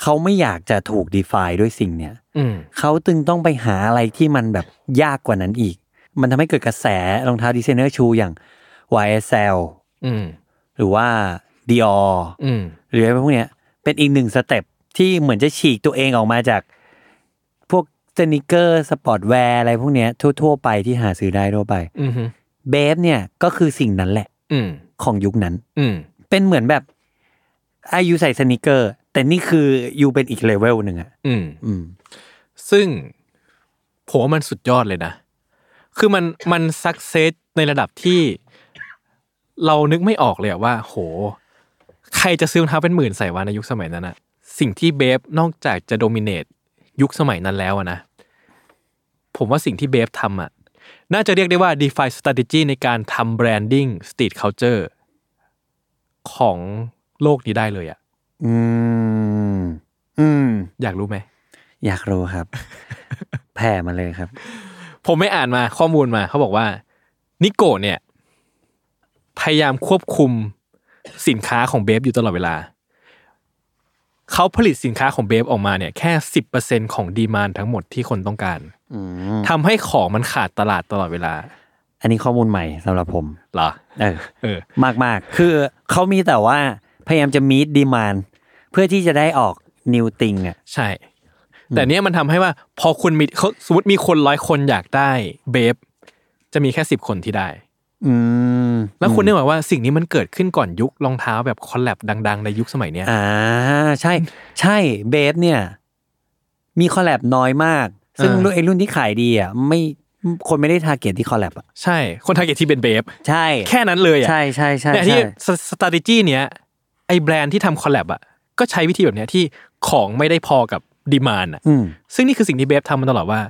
เขาไม่อยากจะถูก define ด้วยสิ่งเนี่ย
อืม
เขาจึงต้องไปหาอะไรที่มันแบบยากกว่านั้นอีก มันทำให้เกิดกระแสรองเท้าดีไซเนอร์ชูอย่าง YSL
อืม
หรือว่า Dior
อืม
หรืออะไรพวกเนี้ย เป็นอีกหนึ่งสเต็ปที่เหมือนจะฉีกตัวเองออกมาจาก พวกสนิเกอร์สปอร์ตแวร์อะไรพวกเนี้ยทั่ว ๆ ไปที่หาซื้อได้ทั่วไป
อืมฮึ
เบฟเนี่ยก็คือสิ่งนั้นแหละ
อืม
ของยุคนั้น
อืม
เป็นเหมือนแบบอายุใส่สนิเกอร์ แต่นี่คือยูเป็นอีกเลเวลหนึ่งอะ
อืม
อืม
ซึ่งผมว่ามันสุดยอดเลยนะ คือมันมันสักเซสในระดับที่เรานึกไม่ออกเลยอะว่า โห ใครจะซื้อรองเท้าเป็นหมื่นใส่วะในยุคสมัยนั้นอะสิ่งที่เบฟนอกจากจะโดมิเนตยุคสมัยนั้นแล้วอะนะ ผมว่าสิ่งที่เบฟทำอะน่าจะเรียกได้ว่า define strategy ในการทำ branding street culture ของโลกนี้ได้เลยอะ
อืม อืม
อยากรู้ไหม
อยากรู้ ครับ แผ่มาเลยครับ
ผมไม่อ่านมาข้อมูลมา เขาบอกว่า นิโกะเนี่ย พยายามควบคุมสินค้าของเบฟอยู่ตลอดเวลา เขาผลิตสินค้าของเบฟออกมาเนี่ย แค่สิบเปอร์เซ็นของดีมานทั้งหมดที่คนต้องการ
อืม
ทำให้ของมันขาดตลาดตลอดเวลา
อันนี้ข้อมูลใหม่สำหรับผม
เหรอ
เออ
เออ
มากมากๆ คือเขามีแต่ว่า พยายามจะมีดดีมานเพื่อที่จะได้ออกนิวติงอ่ะ
ใช่ แต่เนี้ยมันทำให้ว่า พอคุณมีเขาสมมติมีคนร้อยคนอยากได้เบฟจะมีแค่สิบคนที่ได้
อืม
แล้วคุณนึกออกว่าสิ่งนี้มันเกิดขึ้นก่อนยุครองเท้าแบบคอลแลบดัง ๆ ในยุคสมัยเนี้ย
อ่า ใช่ ใช่ เบฟเนี่ย มีคอลแลบน้อยมาก ซึ่ง
อ่า
รุ่นไอรุ่นที่ขายดีอ่ะ ไม่คนไม่ได้ทาร์เก็ตที่คอลแลบอ่ะ
ใช่ คนทาร์เก็ตที่เป็นเบฟ
ใช่
แค่นั้นเลยอ่ะ
ใช่ใช่ใช่
เนี่ยที่
ใช่
สสตาติจีเนี้ยไอแบรนด์ที่ทำคอลแลบอ่ะก็ใช้วิธีแบบเนี้ยที่ของไม่ได้พอกับดีมานอ่ะ
อืม
ซึ่งนี่คือสิ่งที่เบฟทำมาตลอดว่า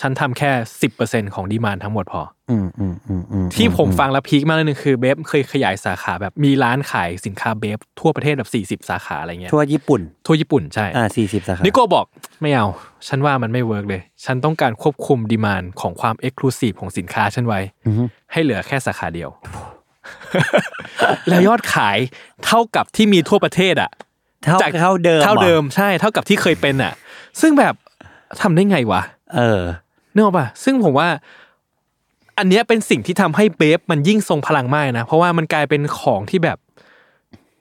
ฉันทำแค่ 10%ของดีมานทั้งหมดพอ
อืมอืมอืมอืม
ที่ผมฟังแล้วพีคมากเลยนึงคือเบฟเคยขยายสาขาแบบมีร้านขายสินค้าเบฟทั่วประเทศแบบ 40 สาขาอะไรเงี้ย
ทั่วญี่ปุ่น
ทั่วญี่ปุ่นใช่
อ่าสี่สิบสาขา
นิโก้บอกไม่เอา ฉันว่ามันไม่เวิร์กเลย ฉันต้องการควบคุมดีมานของความเอ็กซ์คลูซีฟของสินค้าฉันไว้
อืม
ให้เหลือแค่สาขาเดียว แล้วยอดขายเท่ากับที่มีทั่วประเทศอ่ะ
เท่าเท่าเดิม
เท่าเดิม
หรอ
ใช่ เท่ากับที่เคยเป็นอ่ะ ซึ่งแบบทำได้ไงวะ
เออ
นึกออกปะซึ่งผมว่า อันเนี้ยเป็นสิ่งที่ทำให้เบฟมันยิ่งทรงพลังมากนะ เพราะว่ามันกลายเป็นของที่แบบ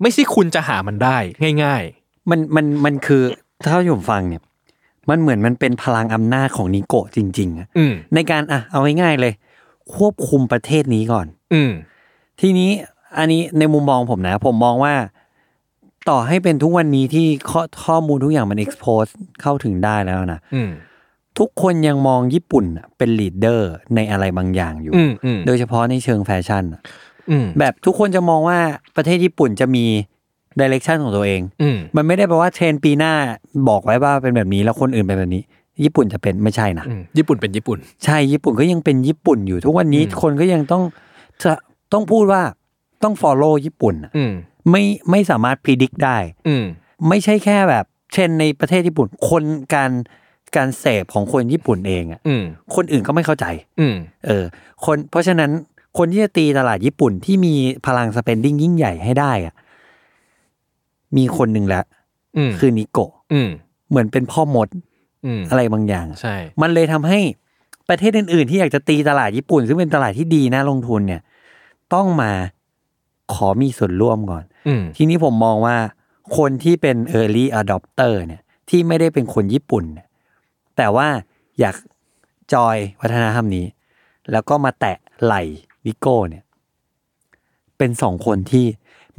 ไม่ใช่คุณจะหามันได้ง่าย
มันมันมันคือเท่าที่ผมฟังเนี่ย มันเหมือนมันเป็นพลังอำนาจของนิโกะจริงๆอะ
ๆ อืม
ในการอ่ะเอาง่ายๆเลย ควบคุมประเทศนี้ก่อน
อืม
ทีนี้อันนี้ในมุมมองผมนะ ผมมองว่า ต่อให้เป็นทุกวันนี้ที่ข้อข้อมูลทุกอย่างมัน expose เข้าถึงได้แล้วนะ
อืม
ทุกคนยังมองญี่ปุ่นอะเป็น leader ในอะไรบางอย่างอยู่
อืมอืม
โดยเฉพาะในเชิงแฟชั่นอะ
อืม
แบบทุกคนจะมองว่าประเทศญี่ปุ่นจะมี direction ของตัวเอง
อืม
มันไม่ได้แปลว่าเทรนด์ปีหน้าบอกไว้ว่าเป็นแบบนี้แล้วคนอื่นเป็นแบบนี้ ญี่ปุ่นจะเป็นไม่ใช่นะ
อืมญี่ปุ่นเป็นญี่ปุ่น
ใช่ญี่ปุ่นก็ยังเป็นญี่ปุ่นอยู่ ทุกวันนี้
อืม
คนก็ยังต้องจะต้องพูดว่าต้อง follow ญี่ปุ่นอะ
อืม
ไม่ไม่สามารถพิ i c t ได้
อืม
ไม่ใช่แค่แบบเทรนด์ในประเทศญี่ปุ่น คนการการเสพของคนญี่ปุ่นเองอะ
อืม
คนอื่นก็ไม่เข้าใจ
อืม
เออ คนเพราะฉะนั้นคนที่จะตีตลาดญี่ปุ่นที่มีพลัง spending ยิ่งใหญ่ให้ได้อะมีคนหนึ่งละ
อืม
คือนิโกะ
อืม
เหมือนเป็นพ่อมด
อืม
อะไรบางอย่าง
ใช่
มันเลยทำให้ประเทศอื่น ๆ ที่อยากจะตีตลาดญี่ปุ่น ซึ่งเป็นตลาดที่ดีน่าลงทุนเนี่ย ต้องมาขอมีส่วนร่วมก่อน
อืม
ทีนี้ผมมองว่าคนที่เป็น early adopter เนี่ย ที่ไม่ได้เป็นคนญี่ปุ่นเนี่ยแต่ว่าอยากจอยวัฒนธรรมนี้ แล้วก็มาแตะไหล่วิโก้เนี่ย เป็นสองคนที่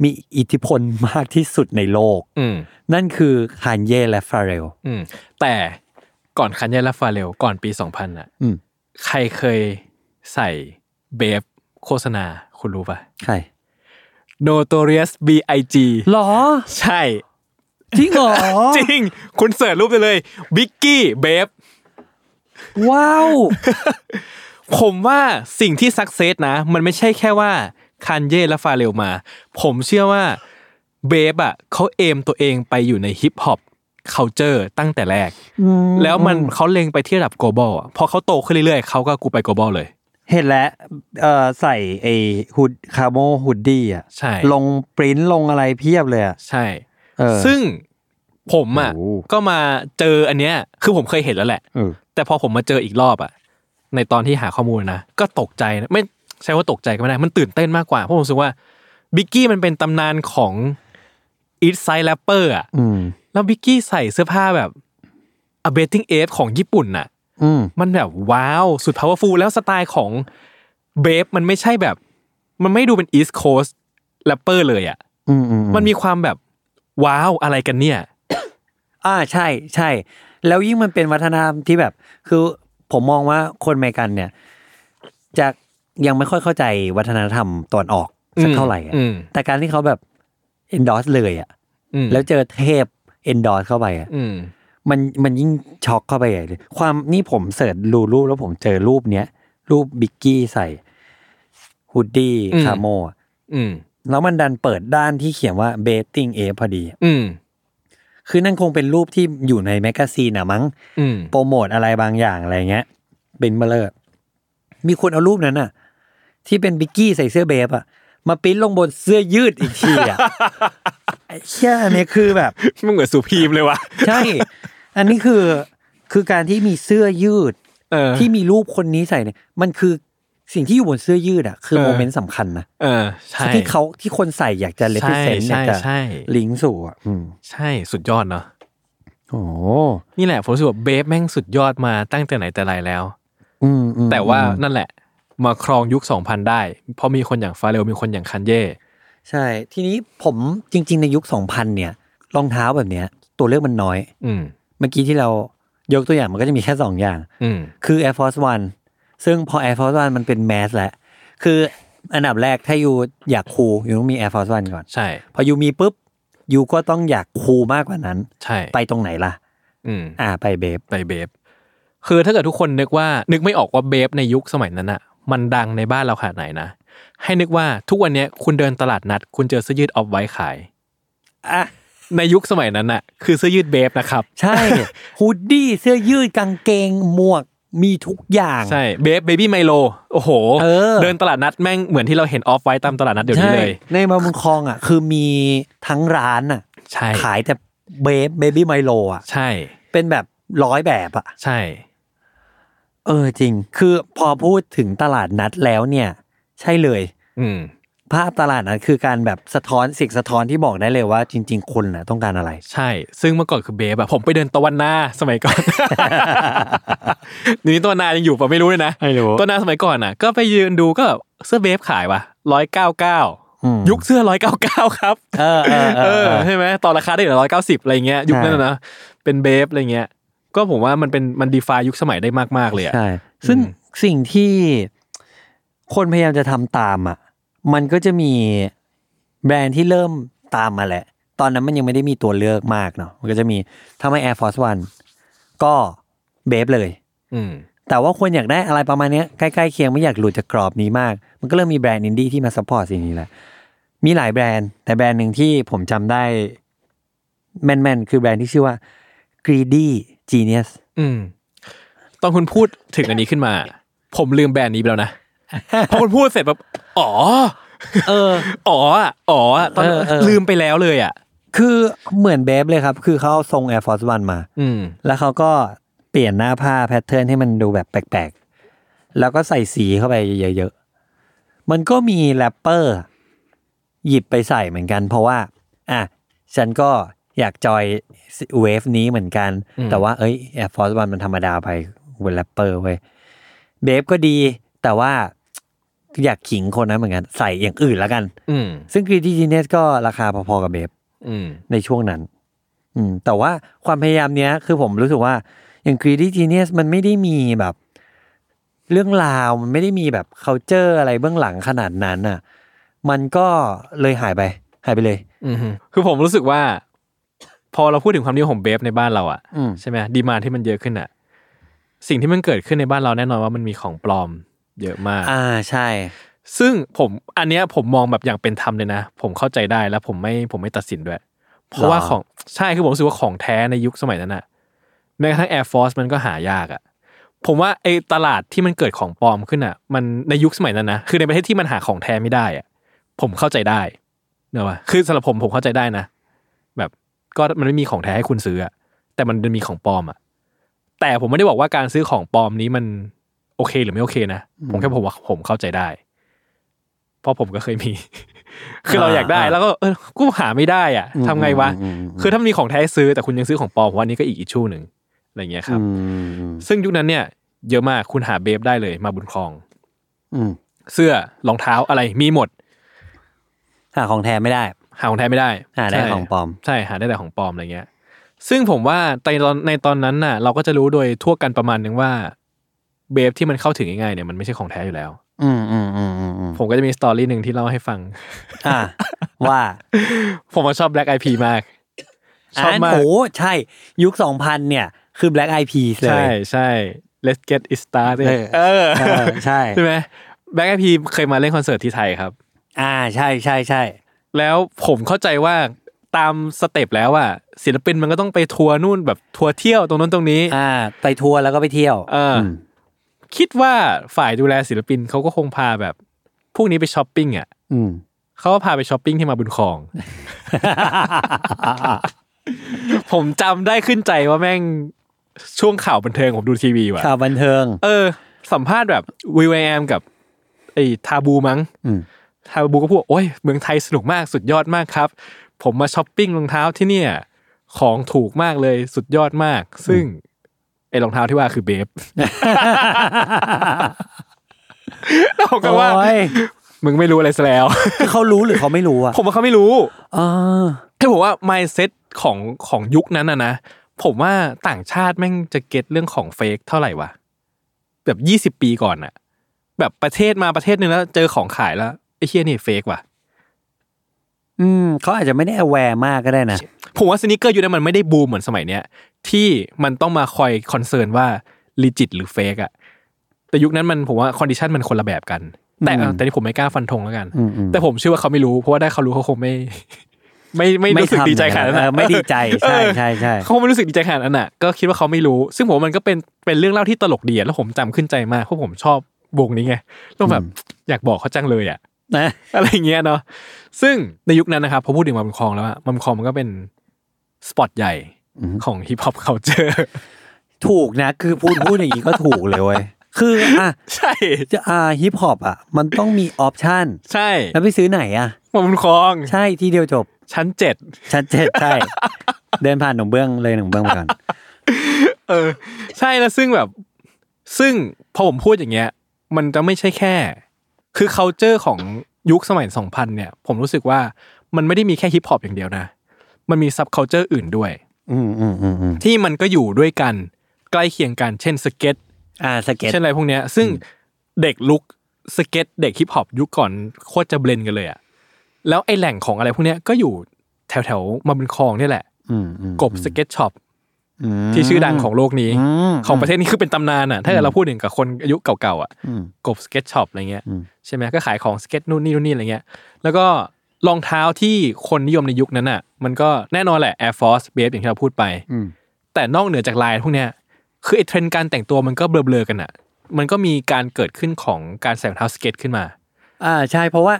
มีอิทธิพลมากที่สุดในโลก
อืม
นั่นคือคานเย่และฟาเรล
อืม แต่ก่อนคันยาและฟาเรลก่อนปีสองพันอ่ะ
อืม
ใครเคยใส่เบฟโฆษณาคุณรู้ปะ
ใคร
Notorious B.I.G.
หรอ
ใช่
จริงเหรอ
จริง คุณเสิร์ชรูปได้เลยบิกกี้เบฟ
ว้าว
ผมว่าสิ่งที่สักเซสนะ มันไม่ใช่แค่ว่าคันเย่และฟาเรลมา ผมเชื่อว่า เบฟอ่ะเขาเอมตัวเองไปอยู่ในฮิปฮอป c u เจอร์ตั้งแต่แรก แล้วมันเขาเล็งไปที่ระดับ global อะพอเขาโตขึ้นเรื่อยๆเขาก็กูไป global เลย
เห็นแล้วเอ่อใส่ไอ้ฮุดคาโมฮุดดี้อ่ะ
ใช่
ลงปริ้นท์ลงอะไรเพียบเลยอ่ะ
ใช่
เออ
ซึ่งผมอ่ะ
โอ้
ก็มาเจออันเนี้ยคือผมเคยเห็นแล้วแหละ
เออ
แต่พอผมมาเจออีกรอบอ่ะ ในตอนที่หาข้อมูลนะ ก็ตกใจนะไม่ใช่ว่าตกใจก็ไม่ได้ มันตื่นเต้นมากกว่า เพราะผมรู้สึกว่าบิกกี้มันเป็นตำนานของอีทไซด์แรปเปอร์อ่ะ
อืม
แล้วบิกกี้ใส่เสื้อผ้าแบบอเบ t ติ้งเอฟของญี่ปุ่นน่ะ
อืม
มันแบบว้าว สุด powerful แล้วสไตล์ของเบฟมันไม่ใช่แบบ มันไม่ดูเป็น East Coast แรปเปอร์เลยอ่ะ
อืมอืมอืม
มันมีความแบบว้าวอะไรกันเนี่ย
อ่าใช่ใช่ แล้วยิ่งมันเป็นวัฒนธรรมที่แบบ คือผมมองว่าคนอเมริกันเนี่ย จะยังไม่ค่อยเข้าใจวัฒนธรรมตอนออกสักเท่าไหร่อะ
อืม
แต่การที่เขาแบบ endorse เลยอ่ะ
อืม
แล้วเจอเทพ endorse เข้าไปอ่ะ
อืม
มันมันยิ่งช็อกเข้าไปใหญ่เลยความนี่ผมเสิร์ชรูรูปแล้วผมเจอรูปเนี้ย รูปบิกกี้ใส่ฮูดดี้
อืม
คาโมอะ
อืม
แล้วมันดันเปิดด้านที่เขียนว่าเบ t ติ้งเอพอดี
อืม
คือนั่นคงเป็นรูปที่อยู่ในแมกกาซีนอะมั้ง
อืม
โปรโมทอะไรบางอย่างอะไรเงี้ยเป็นเบลเลอร์มีคนเอารูปนั้นน่ะ ที่เป็นบิกกี้ใส่เสื้อเบฟอะมาปริ้นลงบนเสื้อยืดอีกทีอะ ไอ้เชี่ยอันนี้คือแบบ
มันเหมือนสุพีมเลยว่ะ
ใช่ อันนี้คือคือการที่มีเสื้อยืด
เออ
ที่มีรูปคนนี้ใส่เนี่ย มันคือสิ่งที่อยู่บนเสื้อยืดอะคือ
เออ
โมเมนต์สำคัญนะ
เออ ใช่
ที่เขาที่คนใส่อยากจะเลพิเซนต์อ
ใช่
ยากจะ
ใช่
ลิงก์สู่อะอืม
ใช่สุดยอดเนาะ
โอ้โห
นี่แหละ ผมรู้สึกว่าเบฟแม่งสุดยอดมาตั้งแต่ไหนแต่ไรแล้ว
อืมอืม
แต่ว่า
อืม
นั่นแหละ มาครองยุค 2000 ได้ เพราะมีคนอย่างฟาเรลมีคนอย่างคันเย่
ใช่ ทีนี้ผมจริง ๆ ในยุค 2000 เนี่ยรองเท้าแบบเนี้ย ตัวเลือกมันน้อย
อืม
เมื่อกี้ที่เรายกตัวอย่างมันก็จะมีแค่ 2 อย่าง
อืม
คือ Air Force One ซึ่งพอ Air Force One มันเป็นแมสแล้ว คืออันดับแรกถ้าอยู่อยากคูลอยู่ต้องมี Air Force One ก่อน
ใช่
พออยู่มีปุ๊บอยู่ก็ต้องอยากคูลมากกว่านั้น
ใช่
ไปตรงไหนล่ะ
อืม
อ่าไปเบฟ
ไปเบฟ คือถ้าเกิดทุกคนนึกว่า นึกไม่ออกว่าเบฟในยุคสมัยนั้นอะมันดังในบ้านเราขนาดไหนนะ ให้นึกว่าทุกวันเนี้ยคุณเดินตลาดนัด คุณเจอเสื้อยืดออฟไว้ขาย
อ่ะ
ในยุคสมัยนั้นอะคือเสื้อยืดเบฟนะครับ
ใช่ ฮูดดี้เสื้อยืดกางเกงหมวกมีทุกอย่าง
ใช่เบฟเบบี้ไมโลโอ้โห
เออ
นตลาดนัดแม่งเหมือนที่เราเห็นออฟไว้ตามตลาดนัดเดี๋ยวนี้เลย
ใช่ในมาบุญคลองอ่ะ คือมีทั้งร้านอ่ะ
ใช่
ขายแต่เบฟเบบี้ไมโลอ่ะ
ใช่
เป็นแบบร้อยแบบอ่ะ
ใช่
เออจริง คือพอพูดถึงตลาดนัดแล้วเนี่ย ใช่เลย
อืม
ภาพตลาดนัดคือการแบบสะท้อนสิ่งสะท้อนที่บอกได้เลยว่าจริง ๆ คนน่ะต้องการอะไร
ใช่ ซึ่งเมื่อก่อนคือเบฟอะผมไปเดินตะวันนาสมัย ก่อน เดี๋ยวนี้ตะวันนายังอยู่ปะไม่รู้เลยนะ
ไม่รู้
ตะวันนาสมัยก่อนอะก็ไปยืนดูก็แบบเสื้อเบฟขายว่ะร้อยเก้าเก้า
อืม
ยุคเสื้อร้อยเก้าเก้าครับ
เออเออเอ
เอ
อ
อ
เออ
ใช่ไหมตอนราคาได้เหลือร้อยเก้าสิบอะไรเงี้ยยุคนั้น
ใช่
น่ะนะเป็นเบฟอะไรเงี้ย ก็ผมว่ามันเป็นมันดีฟายุคสมัยได้มากๆเลยอะ
ใช่ ซึ่ง
อืม
สิ่งที่คนพยายามจะทำตามอ่ะ มันก็จะมีแบรนด์ที่เริ่มตามมาแหละ ตอนนั้นมันยังไม่ได้มีตัวเลือกมากเนาะ มันก็จะมีถ้าไม่ Air Force One ก็เบฟเลย
อืม
แต่ว่าควรอยากได้อะไรประมาณเนี้ยใกล้ๆเคียงไม่อยากหลุดจากกรอบนี้มาก มันก็เริ่มมีแบรนด์อินดี้ที่มาซัพพอร์ตสิ่งนี้แหละ มีหลายแบรนด์ แต่แบรนด์หนึ่งที่ผมจำได้แม่นๆ คือแบรนด์ที่ชื่อว่า Greedy Genius
อืมตอนคุณพูดถึงอันนี้ขึ้นมา ผมลืมแบรนด์นี้ไป แล้วนะ พอคุณพูดเสร็จแบบอ๋อ
เออ
อ๋ออะอ๋ออะตอน
เออเออ
ลืมไปแล้วเลยอ่ะ
คือเหมือนเบฟเลยครับ คือเขาเอาทรง Air Force One มา
อืม
แล้วเขาก็เปลี่ยนหน้าผ้าแพทเทิร์นให้มันดูแบบแปลกๆ แล้วก็ใส่สีเข้าไปเยอะๆ มันก็มีแรปเปอร์หยิบไปใส่เหมือนกัน เพราะว่า อ่ะ ฉันก็อยากจอยเวฟนี้เหมือนกัน
อืม
แต่ว่าเอ้ย Air Force One มันธรรมดาไปเวนแรปเปอร์เว้ยเบฟก็ดี แต่ว่าอยากขิงคนนั้นเหมือนกัน ใส่อย่างอื่นแล้วกัน
อืม
ซึ่งกรีดี้จีเนสก็ราคาพอๆกับเบฟ
อืม
ในช่วงนั้น อืม แต่ว่าความพยายามเนี้ย คือผมรู้สึกว่า อย่าง greedy genius มันไม่ได้มีแบบ เรื่องราว มันไม่ได้มีแบบ culture อะไรเบื้องหลังขนาดนั้นน่ะ มันก็เลยหายไป หายไปเลย
อืมคือผมรู้สึกว่า พอเราพูดถึงความนิยมของเบฟในบ้านเราอ่ะ
อืม
ใช่ไหมดีมาที่มันเยอะขึ้นอ่ะ สิ่งที่มันเกิดขึ้นในบ้านเราแน่นอนว่ามันมีของปลอม เยอะมาก
อ่าใช่
ซึ่งผมอันเนี้ยผมมองแบบอย่างเป็นธรรมเลยนะ ผมเข้าใจได้แล้วผมไม่ผมไม่ตัดสินด้วย เพราะว่า
หรอ
ของใช่คือผมรู้สึกว่าของแท้ในยุคสมัยนั้นอะแม้กระทั่ง Air Force มันก็หายากอะผมว่าไอ้ตลาดที่มันเกิดของปลอมขึ้นอะมันในยุคสมัยนั้นนะคือในประเทศที่มันหาของแท้ไม่ได้อะผมเข้าใจได้เนอะวะคือสำหรับผมผมเข้าใจได้นะ แบบก็มันไม่มีของแท้ให้คุณซื้ออะแต่มันมีของปลอมอะแต่ผมไม่ได้บอกว่าการซื้อของปลอมนี้มันโอเคหรือไม่โอเคนะผมแค่ผมว่าผมเข้าใจได้ เพราะผมก็เคยมี คือเราอยากได้
อ่า
แล้วก็เออกูหาไม่ได้อ่ะทำไงวะ คือถ้ามีของแท้ซื้อแต่คุณยังซื้อของปลอมผมว่าอันนี้ก็อีกอิชชูหนึ่งอะไรเงี้ยครับ ซึ่งยุคนั้นเนี่ย เยอะมากคุณหาเบฟได้เลยมาบุญครอง เสื้อรองเท้าอะไรมีหมด
หาของแท้ไม่ได้
หาของแท้ไม่ได้
หาได้
ใช่
ของปลอม
ใช่หาได้แต่ของปลอมอะไรเงี้ย ซึ่งผมว่าในตอนในตอนนั้นน่ะ เราก็จะรู้โดยทั่วกันประมาณนึงว่า เบฟที่มันเข้าถึงง่ายๆเนี่ยมันไม่ใช่ของแท้อยู่แล้ว
อืมอืมอืมอืมอืม
ผมก็จะมีสตอรี่หนึ่งที่เล่าให้ฟัง
อ่าว่า
ผมว่าชอบแบล็กไอพีมาก ชอบ
น
มาก
โอ้ใช่ยุคสองพันเนี่ย คือ Black IP เล
ใช่
ย
ใช่ let's get it started
เออ
เออ
เออใช่
ใช่ไหมแบล็กไอพีเคยมาเล่นคอนเสิร์ตที่ไทยครับ
อ่าใช่ใช่ใช่
แล้วผมเข้าใจว่าตามสเต็ปแล้วอะศิลปินมันก็ต้องไปทัวร์นู่นแบบทัวร์เที่ยวตรงนั้นตรงนี้
อ่า ไปทัวร์แล้วก็ไปเที่ยว
เอออื
ม
คิดว่าฝ่ายดูแลศิลปินเขาก็คงพาแบบ พวกนี้ไปช้อปปิ้งอะ
อืม
เขาก็พาไปช้อปปิ้งที่มาบุญครอง ผมจำได้ขึ้นใจว่าแม่งช่วงข่าวบันเทิงผมดูทีวีว่ะ
ข่าวบันเทิง
เออ สัมภาษณ์แบบวีวแอมกับไอ้ทาบูมั้ง
อืม
ทาบูก็พูดว่าโอ้ยเมืองไทยสนุกมากสุดยอดมากครับ ผมมาช้อปปิ้งรองเท้าที่เนี่ย ของถูกมากเลยสุดยอดมาก ซึ่งไอ้รองเท้าที่ว่าคือเบ ฟ แล้วผมก็ว่า
โอ้ย
มึงไม่รู้อะไรซะแล้ว
คือเขารู้หรือเขาไม่รู้อ่ะ
ผมว่าเขาไม่รู้
อ่า
แค่ผมว่า mindset ของของยุคนั้นนะนะ ผมว่าต่างชาติแม่งจะเก็ตเรื่องของเฟกเท่าไหร่วะ แบบยี่สิบปีก่อนอะแบบประเทศมาประเทศหนึ่งแล้วเจอของขายแล้วไอ้เฮียนี่เฟกว่ะ
อืมเขาอาจจะไม่ได้ aware มากก็ได้นะ
ผมว่าสนิเกอร์ยุคนั้นมันไม่ได้บูมเหมือนสมัยเนี้ยที่มันต้องมาคอยคอนเซิร์นว่าลิจิตหรือเฟกอะแต่ยุคนั้นมันผมว่าคอนดิชันมันคนละแบบกัน แต่
อืม
แต่นี่ผมไม่กล้าฟันธงแล้วกัน
อืมอืม
แต่ผมเชื่อว่าเขาไม่รู้เพราะว่าได้เขารู้เขาคงไม่ ไม่ไม่รู้สึก
ทำ
ดีใจขนาดนั้น
เอ
อะ
อไม่ดีใจใช่
เออ
ใช่ใช่
เขาไม่รู้สึกดีใจขนาดนั้นอ่ะ ก็คิดว่าเขาไม่รู้ ซึ่งผมว่ามันก็เป็นเป็นเรื่องเล่าที่ตลกดีอะแล้วผมจำขึ้นใจมากเพราะผมชอบวงนี้ไงแล้วแบบอยากบอกเขาจังเลยอ่ะ
นะ
อะไรอย่างเงี้ยเนาะซึ่งในยุคนั้นนะครับพอพูดถึงมัมคองแล้วอะมัมคองมันก็เป็นสปอตใหญ่ของฮิปฮอปเคาเจอร์
ถูกนะคือพูดพูดอย่างนี้ก็ถูกเลยเว้ยคืออ่ะ
ใช่
จะอ่าฮิปฮอปอ่ะ มันต้องมีออปชัน
ใช่
แล้วไปซื้อไหนอ่ะ
มัมคอง
ใช่ที่เดียวจบ
ชั้นเจ็ด
ชัดเจนใช่ เดินผ่านหนองเบื้องเลยหนองเบื้องไปก่อน
เออ ใช่แล้วซึ่งแบบ ซึ่งพอผมพูดอย่างเงี้ย มันจะไม่ใช่แค่ คือเคาเจอร์ของยุคสมัยสองพันเนี่ย ผมรู้สึกว่ามันไม่ได้มีแค่ฮิปฮอปอย่างเดียวนะ มันมีซับเคาเจอร์อื่นด้วย
อืมอืมอืมอืม
ที่มันก็อยู่ด้วยกันใกล้เคียงกันเช่นสเก็ต
อ่าสเก็ต
เช่นอะไรพวกเนี้ยซึ่งเด็กลุกสเก็ตเด็กฮิปฮอปยุคก่อนโคตรจะเบลนกันเลยอะแล้วไอแหล่งของอะไรพวกเนี้ยก็อยู่แถวแถวๆมาบุญคลองเนี่ยแหละ
อืมอืม
กบสเก็ตช็อป
อืม
ที่ชื่อดังของโลกนี้
อืม
ของประเทศนี้คือเป็นตำนานอะถ้าเกิดเราพูดถึงกับคนอายุเก่าๆอะ
อืม
กบสเก็ตช็อปอะไรเงี้ย
อืม
ใช่ไหมก็ขายของสเก็ตนู่นนี่นู่นนี่อะไรเงี้ย แล้วก็รองเท้าที่คนนิยมในยุคนั้นอะมันก็แน่นอนแหละ Air Force Babe อย่างที่เราพูดไป
อืม
แต่นอกเหนือจากลายพวกเนี้ย คือไอ้เทรนด์การแต่งตัวมันก็เบลอๆกันอะมันก็มีการเกิดขึ้นของการใส่รองเท้าสเก็ตขึ้นมา
อ่าใช่เพราะว่า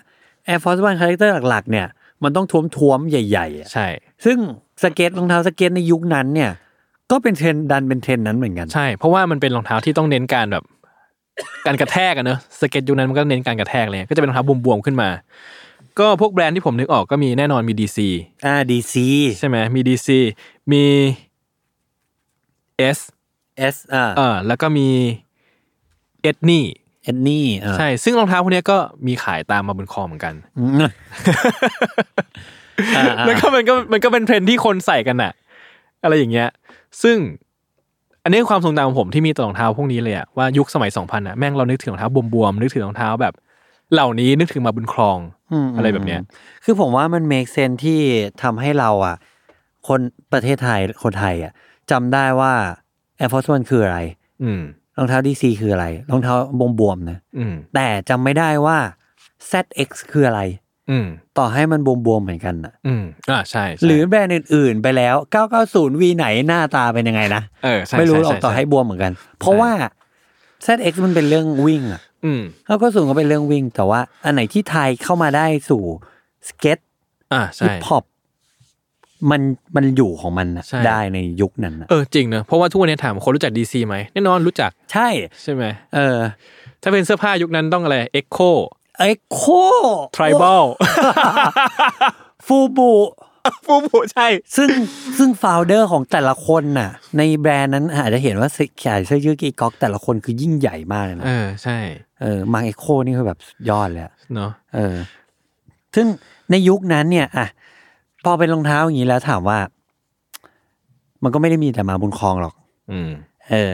Air Force One คาแรคเตอร์หลักๆ เนี่ย มันต้องท้วมๆ ใหญ่ๆอะ
ใช่
ซึ่งสเก็ตรองเท้าสเก็ตในยุคนั้นเนี่ย ก็เป็นเทรนด์ดันเป็นเทรนด์นั้นเหมือนกัน
ใช่ เพราะว่ามันเป็นรองเท้าที่ต้องเน้นการแบบ การกระแทกอะเนอะสเก็ตยุคนั้นมันก็เน้นการกระแทกเลยก็จะเป็นรองเท้าบวมๆขึ้นมา ก็พวกแบรนด์ที่ผมนึกออกก็มีแน่นอนมี DC
อ่าดีซี
ใช่ไหมมี DC มี S
เอสอ่า
เออแล้วก็มีเอ็ดนี่
เอ็นนี่อ่า
ใช่ซึ่งรองเท้าพวกเนี้ยก็มีขายตามมาบนคอเหมือนกัน
อืมอ่าอ่า
แล้วก็มันก็มันก็เป็นเทรนด์ที่คนใส่กันน่ะ อะไรอย่างเงี้ย ซึ่ง อันนี้คือความทรงจำของผมที่มีต่อรองเท้าพวกนี้เลยอะว่ายุคสมัยสองพันอะแม่งเรานึกถึงรองเท้าบวมๆนึกถึงรองเท้าแบบ เหล่านี้นึกถึงมาบุญครอง
ม
อะไรแบบเนี้ย
คือผมว่ามัน make sense ที่ทำให้เราอ่ะ คนประเทศไทยคนไทยอ่ะจำได้ว่า Air Force One คืออะไร
อืม
รองเท้าดีซีคืออะไร รองเท้าบวมๆนะ
อืม
แต่จำไม่ได้ว่า ZX คืออะไร
อืม
ต่อให้มันบวมๆเหมือนกันน่ะ
อืมอ่าใช่ใช่
หรือแบรนด์อื่นๆ ไปแล้ว 990 V ไหนหน้าตาเป็นยังไงนะ
เออใช่
ไม่รู้
ช่
หรอก
ช่
ต่อให้บวมเหมือนกัน เพราะว่า ZX มันเป็นเรื่องวิ่งอะ
อืม
990ก็เป็นเรื่องวิ่ง แต่ว่าอันไหนที่ไทยเข้ามาได้สู่สเก็ต
อ่า
ฮิ
ใช่
ปฮอปมันมันอยู่ของมันน่ะ
ใช่
ได้ในยุคนั้นน่ะ
เออจริงเนอะเพราะว่าทุกวันนี้ถามคนรู้จักดีซีไหมแน่นอนรู้จัก
ใช่
ใช่ไหม
เออ
ถ้าเป็นเสื้อผ้ายุคนั้นต้องอะไรเอ็กโค
ไอ้โค
ทริบอล
ฟูบุ
ฟู บูใช่
ซึ่งซึ่งโฟลเดอร์ของแต่ละคนน่ะ ในแบรนด์นั้นอาจจะเห็นว่าสีขายเสื้อยืดกีก๊อกแต่ละคนคือยิ่งใหญ่มากเลยนะ
เออใช่
เออมาเอโคนี่คือแบบสุดยอดเลยอะ
เนาะ
เออ ซึ่งในยุคนั้นเนี่ยอ่ะพอเป็นรองเท้าอย่างนี้แล้วถามว่า มันก็ไม่ได้มีแต่มาบุญคลองหรอก
อืม
เออ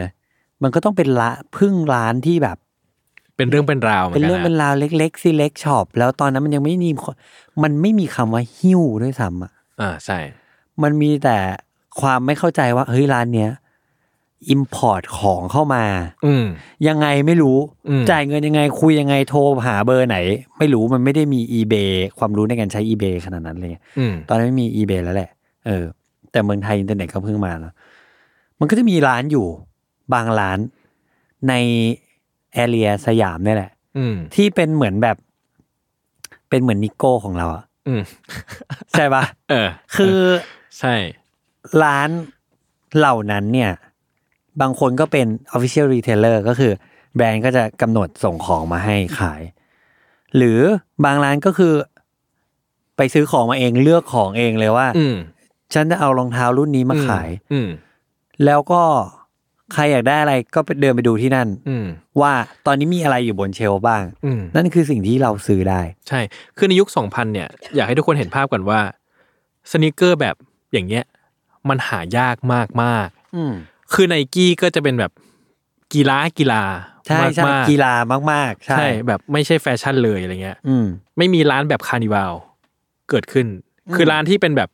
มันก็ต้องเป็นละพึ่งร้านที่แบบ
เป็นเรื่องเป็นราวเหมือ
เป็น
นกั
เรื่อง
น
เป็น
นะ
ราวเล็กๆซีเล็กช็อปแล้วตอนนั้นมันยังไม่มีคนมันไม่มีคำว่าหิ้วด้วยซ้ำอ่ะ
อ่าใช่
มันมีแต่ความไม่เข้าใจว่าเฮ้ยร้านเนี้ยอิมพอร์ตของเข้ามา
อืม
ยังไงไม่รู้
อืม
จ่ายเงินยังไงคุยยังไงโทรหาเบอร์ไหน ไม่รู้มันไม่ได้มี eBay ความรู้ในการใช้ eBay ขนาดนั้นเลย
อืม
ตอนนั้นไม่มี eBay แล้วแหละ เออ แต่เมืองไทยอินเทอร์เน็ตก็เพิ่งมาแล้วมันก็จะมีร้านอยู่ บางร้านในแอเรียสยามเนี่ยแหละ
อืม
ที่เป็นเหมือนแบบ เป็นเหมือนนิโก้ของเราอะ
อืม
ใช่ปะ
เออ
คือ
ใช่
ร้านเหล่านั้นเนี่ย บางคนก็เป็น Official Retailer ก็คือ แบรนด์ก็จะกำหนดส่งของมาให้ขาย หรือบางร้านก็คือ ไปซื้อของมาเองเลือกของเองเลยว่า
อืม
ฉันจะเอารองเท้ารุ่นนี้มาขาย
อืม
แล้วก็ใครอยากได้อะไรก็ไปเดินไปดูที่นั่น
อืม
ว่าตอนนี้มีอะไรอยู่บนเชลฟ์บ้าง
อืม
นั่นคือสิ่งที่เราซื้อได้
ใช่ คือในยุค 2000 เนี่ย อยากให้ทุกคนเห็นภาพก่อนว่า สนิเกอร์แบบอย่างเงี้ย มันหายากมากมาก
อืม
ๆคือไนกี้ก็จะเป็นแบบกีฬากีฬา
ใช่
มาก
ใช่
ๆ
กีฬามาก ๆ ใช่
ใช่ แบบไม่ใช่แฟชั่นเลยอะไรเงี้ย
อืม
ไม่มีร้านแบบคาร์นิวัลเกิดขึ้น
อืม
คือร้านที่เป็นแบบ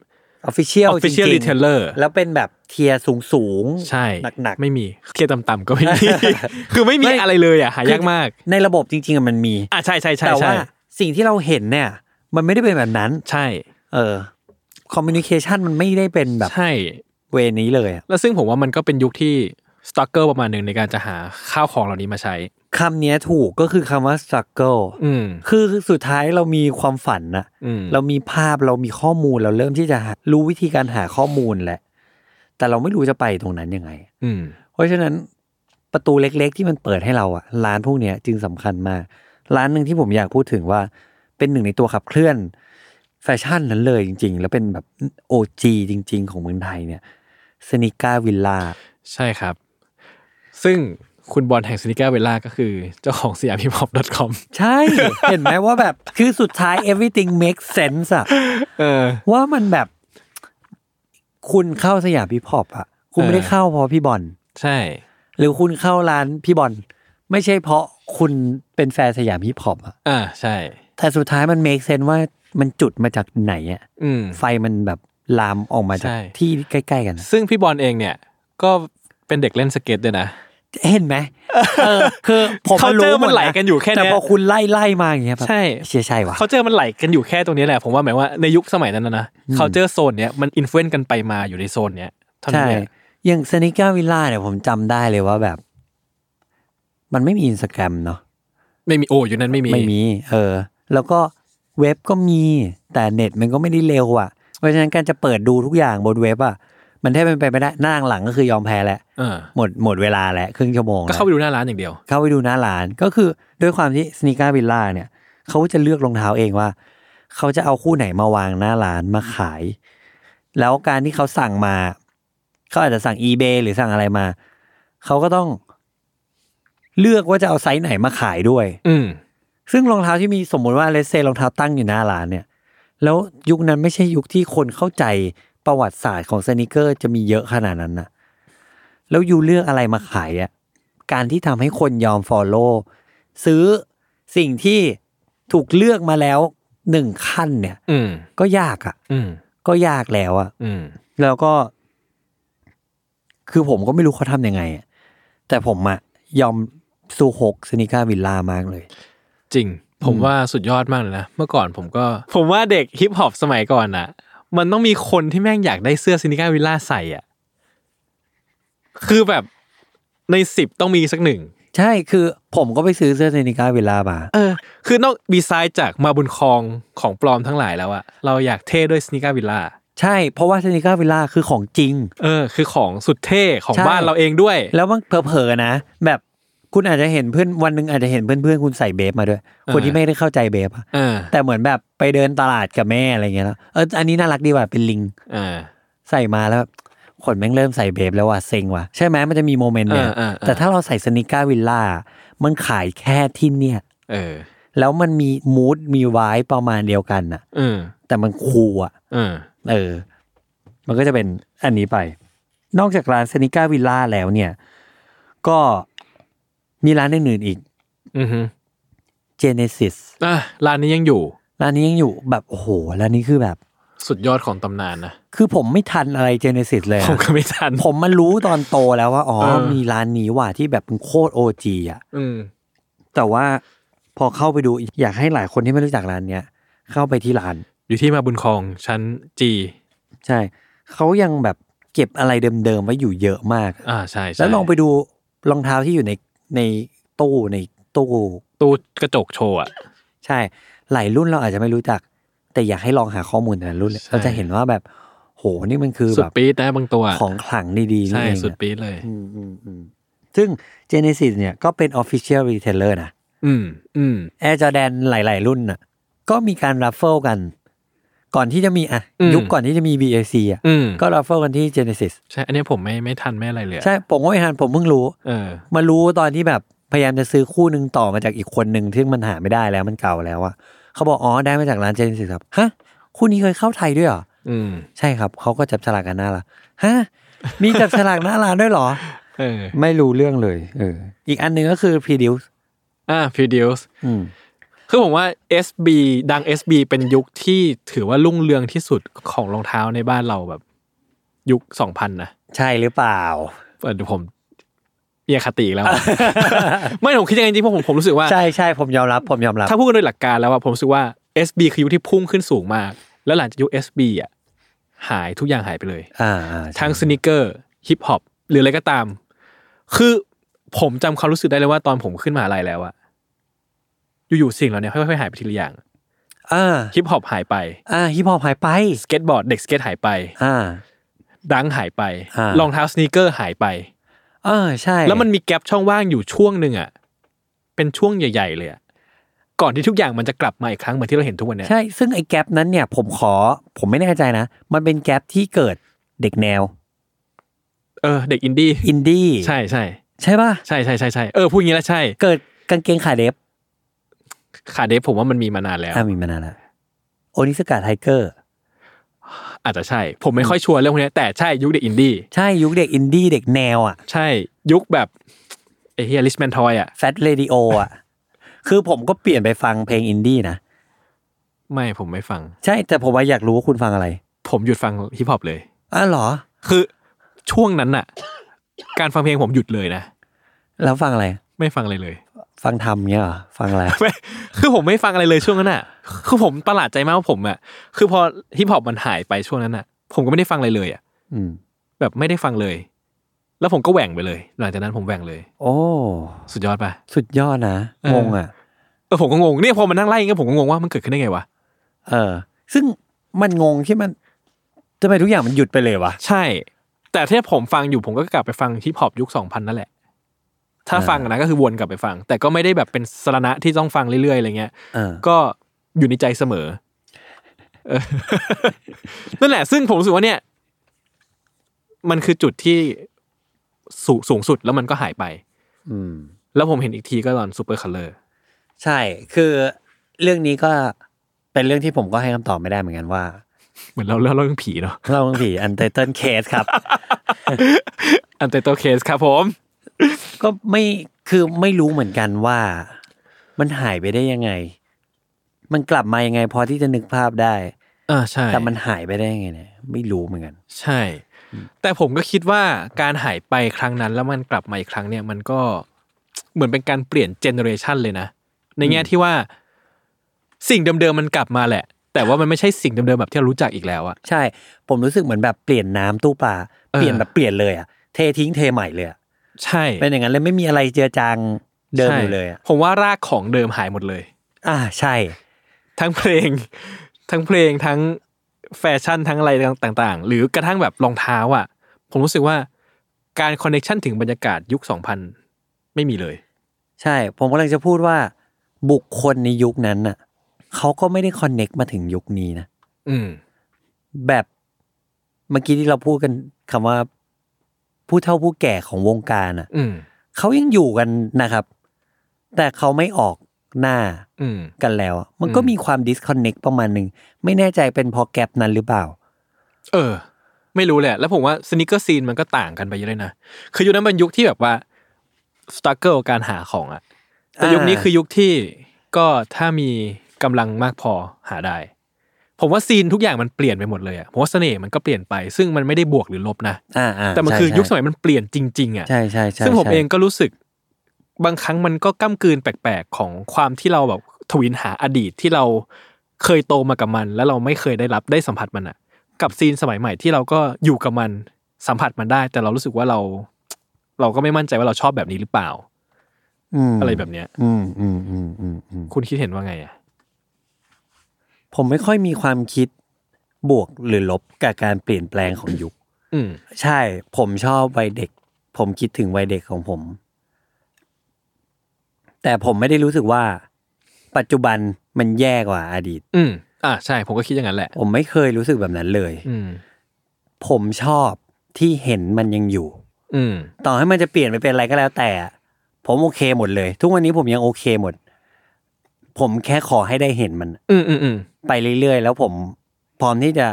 ออฟฟิเชียล
official retailer
แล้วเป็นแบบเทียสูงสูงๆ
ใช่
หนัก
ไม่มีเครียดต่ำๆก็ไม่มี คือไม่มี
ไม่
อะไรเลยอ่ะ หายากมาก
ๆ ในระบบจริงๆอะมันมี
อ่ะใช่ใช่ใช่
แต่
ใช่
ว่าสิ่งที่เราเห็นเนี่ย มันไม่ได้เป็นแบบนั้น
ใช่
เออคอมมิวนิเคชันมันไม่ได้เป็นแบบ
ใช่
เวนี้เลยอะ
แล้วซึ่งผมว่ามันก็เป็นยุคที่สตอกเกอร์ประมาณหนึ่งในการจะหาข้าวของเหล่านี้มาใช้
คำเนี้ยถูกก็คือคำว่า struggle
อืม
คือสุดท้ายเรามีความฝันนะ
อืม
เรามีภาพเรามีข้อมูลเราเริ่มที่จะหารู้วิธีการหาข้อมูลแหละ แต่เราไม่รู้จะไปตรงนั้นยังไง
อืม
เพราะฉะนั้นประตูเล็กๆ ที่มันเปิดให้เราอะร้านพวกเนี้ยจึงสำคัญมาก ร้านหนึ่งที่ผมอยากพูดถึงว่า เป็นหนึ่งในตัวขับเคลื่อน แฟชั่นนั้นเลยจริง ๆ แล้วเป็นแบบโอจีจริง ๆ ของเมืองไทยเนี่ยสนิก้าวิลล่า
ใช่ครับ ซึ่งคุณบอลแห่งสนิกาเวลาก็คือเจ้าของสยามฮิปฮอป .com
ใช่ เห็นไหมว่าแบบคือสุดท้าย everything makes sense อะ
เออ
ว่ามันแบบ คุณเข้าสยามพี่พอปอะคุณไม่ได้
เออ
เข้าเพราะพี่บอล
ใช่
หรือคุณเข้าร้านพี่บอลไม่ใช่เพราะคุณเป็นแฟนสยามพี่พอปอะ
อ่าใช่
แต่สุดท้ายมัน make sense ว่ามันจุดมาจากไหนอะ
อืม
ไฟมันแบบลามออกมาจาก
ใช่
ที่ใกล้ ๆ กันอะ
ซึ่งพี่บอลเองเนี่ย ก็เป็นเด็กเล่นสเก็ตด้วยนะ
เห็นไหมเออ คือผม
เขาเจอมัน
รู้ดะ
ไหลกันอยู่แค่เนี้ย
แต่พอคุณไล่ไล่มาอย่างเงี้ยแบบ
ใช่
เชื่อใช่วะ
เขาเจอมันไหลกันอยู่แค่ตรงนี้แหละ ผมว่าหมายว่าในยุคสมัยนั้นนะนะเขาเจอโซนเนี้ยมันอินฟลูเอนซ์กันไปมาอยู่ในโซนเนี้ยเท่านั้
ใช่
นเอง
อย่างสนิก้าวิลล่าเนี่ยผมจำได้เลยว่าแบบ มันไม่มีอินสตาแกรมเนาะ
ไม่มีโอ้อยู่นั้นไม่มี
ไม่มี เออ แล้วก็เว็บก็มี แต่เน็ตมันก็ไม่ได้เร็วอะเพราะฉะนั้นการจะเปิดดูทุกอย่างบนเว็บอะมันแทบเป็นไปไม่ได้หน้าหลังก็คือยอมแพ้แหละ
เออ
หมดหมดเวลาแล้วครึ่งชั่วโมง
ก็
แล้ว
เข้าไปดูหน้าร้านอย่างเดียว
เข้าไปดูหน้าร้านก็คือด้วยความที่สน e ก k า r ิลล่าเนี่ย เขาจะเลือกรองเท้าเองว่า เขาจะเอาคู่ไหนมาวางหน้าร้านมาขาย แล้วการที่เขาสั่งมา เขาอาจจะสั่ง eBay หรือสั่งอะไรมา เขาก็ต้องเลือกว่าจะเอาไซส์ไหนมาขายด้วย
อืม
ซึ่งรองเท้าที่มีสมมุติว่าเลเซรองเท้าตั้งอยู่หน้าร้านเนี่ย แล้วยุคนั้นไม่ใช่ยุคที่คนเข้าใจประวัติศาสตร์ของสนิเกอร์จะมีเยอะขนาดนั้นนะแล้วยูเลือกอะไรมาขายอะ่ะการที่ทำให้คนยอมฟอลโล่ซื้อสิ่งที่ถูกเลือกมาแล้วหนึ่งขั้นเนี่ย
อืม
ก็ยากอะ่ะ
อืม
ก็ยากแล้วอ่ะ
อืม
แล้วก็ คือผมก็ไม่รู้เขาทำยังไงอะแต่ผมอะยอมซูฮกสนิเกอร์วิลล่ามากเลย
จริง ผมว่าสุดยอดมากเลยนะ เมื่อก่อนผมก็ ผมว่าเด็กฮิปฮอปสมัยก่อนอ่ะ มันต้องมีคนที่แม่งอยากได้เสื้อซินิก้าวิลล่าใส่อ่ะ คือแบบในสิบต้องมีสักหนึ่ง
ใช่คือผมก็ไปซื้อเสื้อเซนิก้าเวลามา
เออ คือนอกบีไซด์จากมาบุญครองของปลอมทั้งหลายแล้วอะเราอยากเท่ด้วยสนิก้าวิลล่า
ใช่เพราะว่าเซนิก้าเวลาคือของจริง
เออ คือของสุดเท่ของ
ใช่
บ้านเราเองด้วย
แล้วมันเผลอๆนะ แบบคุณอาจจะเห็นเพื่อนวันหนึ่งอาจจะเห็นเพื่อนๆคุณใส่เบฟมาด้วย
อ่า
คนที่ไม่ได้เข้าใจเบฟอะ
เออ
แต่เหมือนแบบไปเดินตลาดกับแม่อะไรเงี้ยแล้วเอออันนี้น่ารักดีว่ะเป็นลิง
เออ
ใส่มาแล้วแบบคนแม่งเริ่มใส่เบฟแล้วว่ะเซ็งว่ะใช่ไหมมันจะมีโมเมนต์เนี่ย
อ่าอ่าอ่า
แต่ถ้าเราใส่สนิก้าวิลล่ามันขายแค่ที่เนี่ย
เออ
แล้วมันมีมูดมีวายประมาณเดียวกันน่ะ
เออ
แต่มันคูลอ่ะ
เออ
เออ มันก็จะเป็นอันนี้ไป นอกจากร้านเซนิก้าวิลล่าแล้วเนี่ย ก็มีร้านอื่นๆอีก
อือฮึ
Genesis
อ่ะร้านนี้ยังอยู่
ร้านนี้ยังอยู่แบบโอ้โหร้านนี้คือแบบ
สุดยอดของตำนานนะ
คือผมไม่ทันอะไร Genesis เลยอะ
ผมก็ไม่ทัน
ผมมันรู้ตอนโตแล้วว่า อ๋อ
เออ
มีร้านนี้ว่ะที่แบบเป็นโคตรโอจีอ่ะ
อืม
แต่ว่าพอเข้าไปดูอยากให้หลายคนที่ไม่รู้จักร้านเนี้ยเข้าไปที่ร้าน
อยู่ที่มาบุญครองชั้นจี
ใช่ เขายังแบบเก็บอะไรเดิมๆไว้อยู่เยอะมาก
อ่าใช่ใช่
แล้วลองไปดูรองเท้าที่อยู่ในในตู้ในตู้
ตู้กระจกโชว์อะ
ใช่ หลายรุ่นเราอาจจะไม่รู้จัก แต่อยากให้ลองหาข้อมูลแต่ละรุ่นเลย
ใช่
เราจะเห็นว่าแบบ โหนี่มันคือ
สุ
แบ
ด
บ
ปี๊ดนะบางตัวอะ
ของขลังดีๆนี่
ใช่
เอง
สุด
อะ
ปี๊ดเลย
อืมอืมอืมซึ่ง Genesis เนี่ยก็เป็น Official Retailer นะ
อืม อืม
Air Jordan หลาย ๆ รุ่นน่ะ ก็มีการรัฟเฟิลกัน ก่อนที่จะมีอ่ะ
อืม
ยุคก่อนที่จะมี BAC อ่ะ
อืม
ก็รัฟเฟิลกันที่ Genesis
ใช่ อันนี้ผมไม่ไม่ทันไม่อะไรเลยอะ
ใช่ผมก็ไม่ทันผมเพิ่งรู้
เออ
มารู้ตอนที่แบบพยายามจะซื้อคู่หนึ่งต่อมาจากอีกคนหนึ่งซึ่งมันหาไม่ได้แล้วมันเก่าแล้วอะเขาบอกอ๋อได้มาจากร้านเจนสิครับฮะคู่นี้เคยเข้าไทยด้วยเหรอ
อืม
ใช่ครับเขาก็จับฉลากกันหน้าละฮะมีจับฉลากหน้าร้านด้วยเหรอ
เออ
ไม่รู้เรื่องเลยเอออีกอันหนึ่งก็คือพีดิวส์
อ่าฟิวดิวส์
อืม
คือผมว่า SB ดัง SB เป็นยุคที่ถือว่ารุ่งเรืองที่สุดของรองเท้าในบ้านเราแบบ ยุคสองพันนะ
ใช่หรือเปล่า
เออเดี๋ยวผมเอียคติอีกแล้วอะ ไม่ผมคิดยังไงจริงๆเพราะผมผมรู้สึกว่า
ใช่ใช่ผมยอมรับผมยอมรับ
ถ้าพูดกันโดยหลักการแล้วอะผมรู้สึกว่า SB คือยุคที่พุ่งขึ้นสูงมาก แล้วหลังจากยุค SB อ่ะหายทุกอย่างหายไปเลย
อ่าอ่าใช่
ทั้งสนิเกอร์ฮิปฮอปหรืออะไรก็ตาม คือผมจำความรู้สึกได้เลยว่าตอนผมขึ้นมหาลัยแล้วอะอยู่ๆสิ่งเหล่านี้ค่อยๆหายไปทีละอย่าง
อ่า
ฮิปฮอปหายไป
อ่าฮิปฮอปหายไป
สเก็ตบอร์ดเด็กสเก็ตหายไป
อ่า
ดังหายไป
อ่าร
รองเท้าสนีกเกอร์หายไป
เออใช่
แล้วมันมีแกลบช่องว่างอยู่ช่วงหนึ่งอ่ะเป็นช่วงใหญ่ ๆ เลยอะก่อนที่ทุกอย่างมันจะกลับมาอีกครั้งเหมือนที่เราเห็นทุกวันเนี้ย
ใช่ซึ่งไอ้แกลบนั้นเนี่ยผมขอผมไม่แน่ใจนะ มันเป็นแกลบที่เกิดเด็กแนว
เออเด็กอินดี้
อินดี้
ใช่ใช่
ใช่ป่ะ
ใช่ใช่ใช่ใช่เออพูดอย่างนี้แล้วใช่
เกิดกางเกงขาเดฟ
ขาเดฟผมว่ามันมีมานานแล้ว
อ่ามีมานานละโอนิสกาไทเกอร์
อาจจะใช่ ผมไม่ค่อยชัวร์เรื่องพวกเนี้ยแต่ใช่ยุคเด็กอินดี้
ใช่ยุคเด็กอินดี้เด็กแนวอ่ะ
ใช่ยุคแบบไอเฮียลิชแมนทอยอ่ะ
แฟตเรดิโออ่ะ คือผมก็เปลี่ยนไปฟังเพลงอินดี้นะ
ไม่ผมไม่ฟัง
ใช่แต่ผมว่าอยากรู้ว่าคุณฟังอะไร
ผมหยุดฟังฮิปฮอปเลย
อ้าวเหรอ
คือช่วงนั้นน่ะ การฟังเพลงผมหยุดเลยนะ
แล้วฟังอะไร
ไม่ฟังอะไรเลย
ฟังทำเงี้ยเหรอ ฟังอะไร
ไม่คือผมไม่ฟังอะไรเลยช่วงนั้นอ่ะ คือผมประหลาดใจมากว่าผมอ่ะ คือพอฮิปฮอปมันหายไปช่วงนั้นอ่ะ ผมก็ไม่ได้ฟังอะไรเลยอ่ะ
อืม
แบบไม่ได้ฟังเลย แล้วผมก็แหว่งไปเลย หลังจากนั้นผมแหว่งเลย
โอ้
สุดยอดปะ
สุดยอดนะ
เออ
งงอ่ะ
เออผมก็งงเนี่ยพอมันนั่งไล่อย่างเงี้ยผมก็งงว่ามันเกิดขึ้นได้ไงวะ
เออ ซึ่งมันงงที่มันทำไมทุกอย่างมันหยุดไปเลยวะ
ใช่ แต่ถ้าผมฟังอยู่ผมก็กลับไปฟังฮิปฮอปยุคสองพันนั่นแหละ ถ้า
อ่า
ฟังนะก็คือวนกลับไปฟัง แต่ก็ไม่ได้แบบเป็นสรณะที่ต้องฟังเรื่อยๆอะไรเงี้ย
เออ
ก็อยู่ในใจเสมอเอ อ นั่นแหละ ซึ่งผมรู้สึกว่าเนี่ย มันคือจุดที่สูสูงสุดแล้วมันก็หายไป
อืม
แล้วผมเห็นอีกทีก็ตอนซูเปอร์คัลเลอร์
ใช่ คือเรื่องนี้ก็เป็นเรื่องที่ผมก็ให้คำตอบไม่ได้เหมือนกันว่า
เหมือนเราเล่าเรื่องผีเนาะ
เราเป็นผีอันเตอร์เทนเคสครับ
อันเตโตเคสครับผม
ก็ไม่คือไม่รู้เหมือนกันว่า มันหายไปได้ยังไง มันกลับมายังไง พอที่จะนึกภาพได้
อ่าใช่
แต่มันหายไปได้ยังไงเนี่ยไม่รู้เหมือนกัน
ใช่ แต่ผมก็คิดว่าการหายไปครั้งนั้น แล้วมันกลับมาอีกครั้งเนี่ย มันก็เหมือนเป็นการเปลี่ยนเจเนอเรชันเลยนะ ในแง่ที่ว่า สิ่งเดิมๆมันกลับมาแหละ แต่ว่ามันไม่ใช่สิ่งเดิมๆแบบที่เรารู้จักอีกแล้วอะ
ใช่ ผมรู้สึกเหมือนแบบเปลี่ยนน้ำตู้ปลา
เออ
เปลี่ยนแบบเปลี่ยนเลยอ่ะเททิ้งเทใหม่เลยอะ
ใช่
เป็นอย่างนั้นเลยไม่มีอะไรเจือจางเดิมอยู่เลยอ่ะ
ใช่ผมว่ารากของเดิมหายหมดเลย
อ่าใช่
ทั้งเพ ลง ทั้งเพลงทั้งแฟชั่นทั้งอะไรต่างๆ หรือกระทั่งแบบรองเท้าอ่ะ ผมรู้สึกว่าการคอนเนคชันถึงบรรยากาศยุค 2000 ไม่มีเลย
ใช่ ผมกำลังจะพูดว่า บุคคลในยุคนั้นน่ะเขาก็ไม่ได้คอนเน็กมาถึงยุคนี้นะ
อืม
แบบเมื่อกี้ที่เราพูดกันคำว่า ผู้เฒ่าผู้แก่ของวงการอ่ะ
อืม
เขายังอยู่กันนะครับ แต่เขาไม่ออกหน้า
อืม
กันแล้วอะมันก็
อืม
มีความดิสคอนเน็กประมาณหนึ่งไม่แน่ใจเป็นเพอแกลบนั้นหรือเปล่า
เออ ไม่รู้แหละ แล้วผมว่าสนิเกอร์ซีนมันก็ต่างกันไปเยอะเลยนะ คือยุคนั้นเป็นยุคที่แบบว่าสต r เกิลการหาของอะแต่
อ่ายุ
ยุคนี้คือยุคที่ก็ถ้ามีกำลังมากพอหาได้ ผมว่าซีนทุกอย่างมันเปลี่ยนไปหมดเลยอะผมว่าเสน่ห์มันก็เปลี่ยนไป ซึ่งมันไม่ได้บวกหรือลบนะ
อ่าอ่า
แต่มัน
ใช่
คือ
ใช่
ยุคสมัยมันเปลี่ยนจริง ๆอะ
ใช่ใช่ใช่
ซึ่งผม
ใช่
เองก็รู้สึก บางครั้งมันก็ก้ากลืนแปลกๆของความที่เราแบบทวินหาอดีตที่เราเคยโตมากับมัน แล้วเราไม่เคยได้รับได้สัมผัสมันอะกับซีนสมัยใหม่ที่เราก็อยู่กับมันสัมผัสมันได้ แต่เรารู้สึกว่าเรา เราก็ไม่มั่นใจว่าเราชอบแบบนี้หรือเปล่า
ม
อะไรแบบเนี้ย
อืมอืมอืมอืมอืม
คุณคิดเห็นว่าไงอะ
ผมไม่ค่อยมีความคิดบวกหรือลบกับการเปลี่ยนแปลงของยุค
อืม
ใช่ ผมชอบวัยเด็ก ผมคิดถึงวัยเด็กของผม แต่ผมไม่ได้รู้สึกว่า ปัจจุบันมันแย่กว่าอดีต
อืม อ่าใช่ ผมก็คิดอย่างนั้นแหละ
ผมไม่เคยรู้สึกแบบนั้นเลย
อืม
ผมชอบที่เห็นมันยังอยู่
อืม
ต่อให้มันจะเปลี่ยนไปเป็นอะไรก็แล้วแต่ ผมโอเคหมดเลย ทุกวันนี้ผมยังโอเคหมด ผมแค่ขอให้ได้เห็นมัน
อืมอืมอืม
ไปเรื่อยๆ แล้วผมพร้อมที่จะ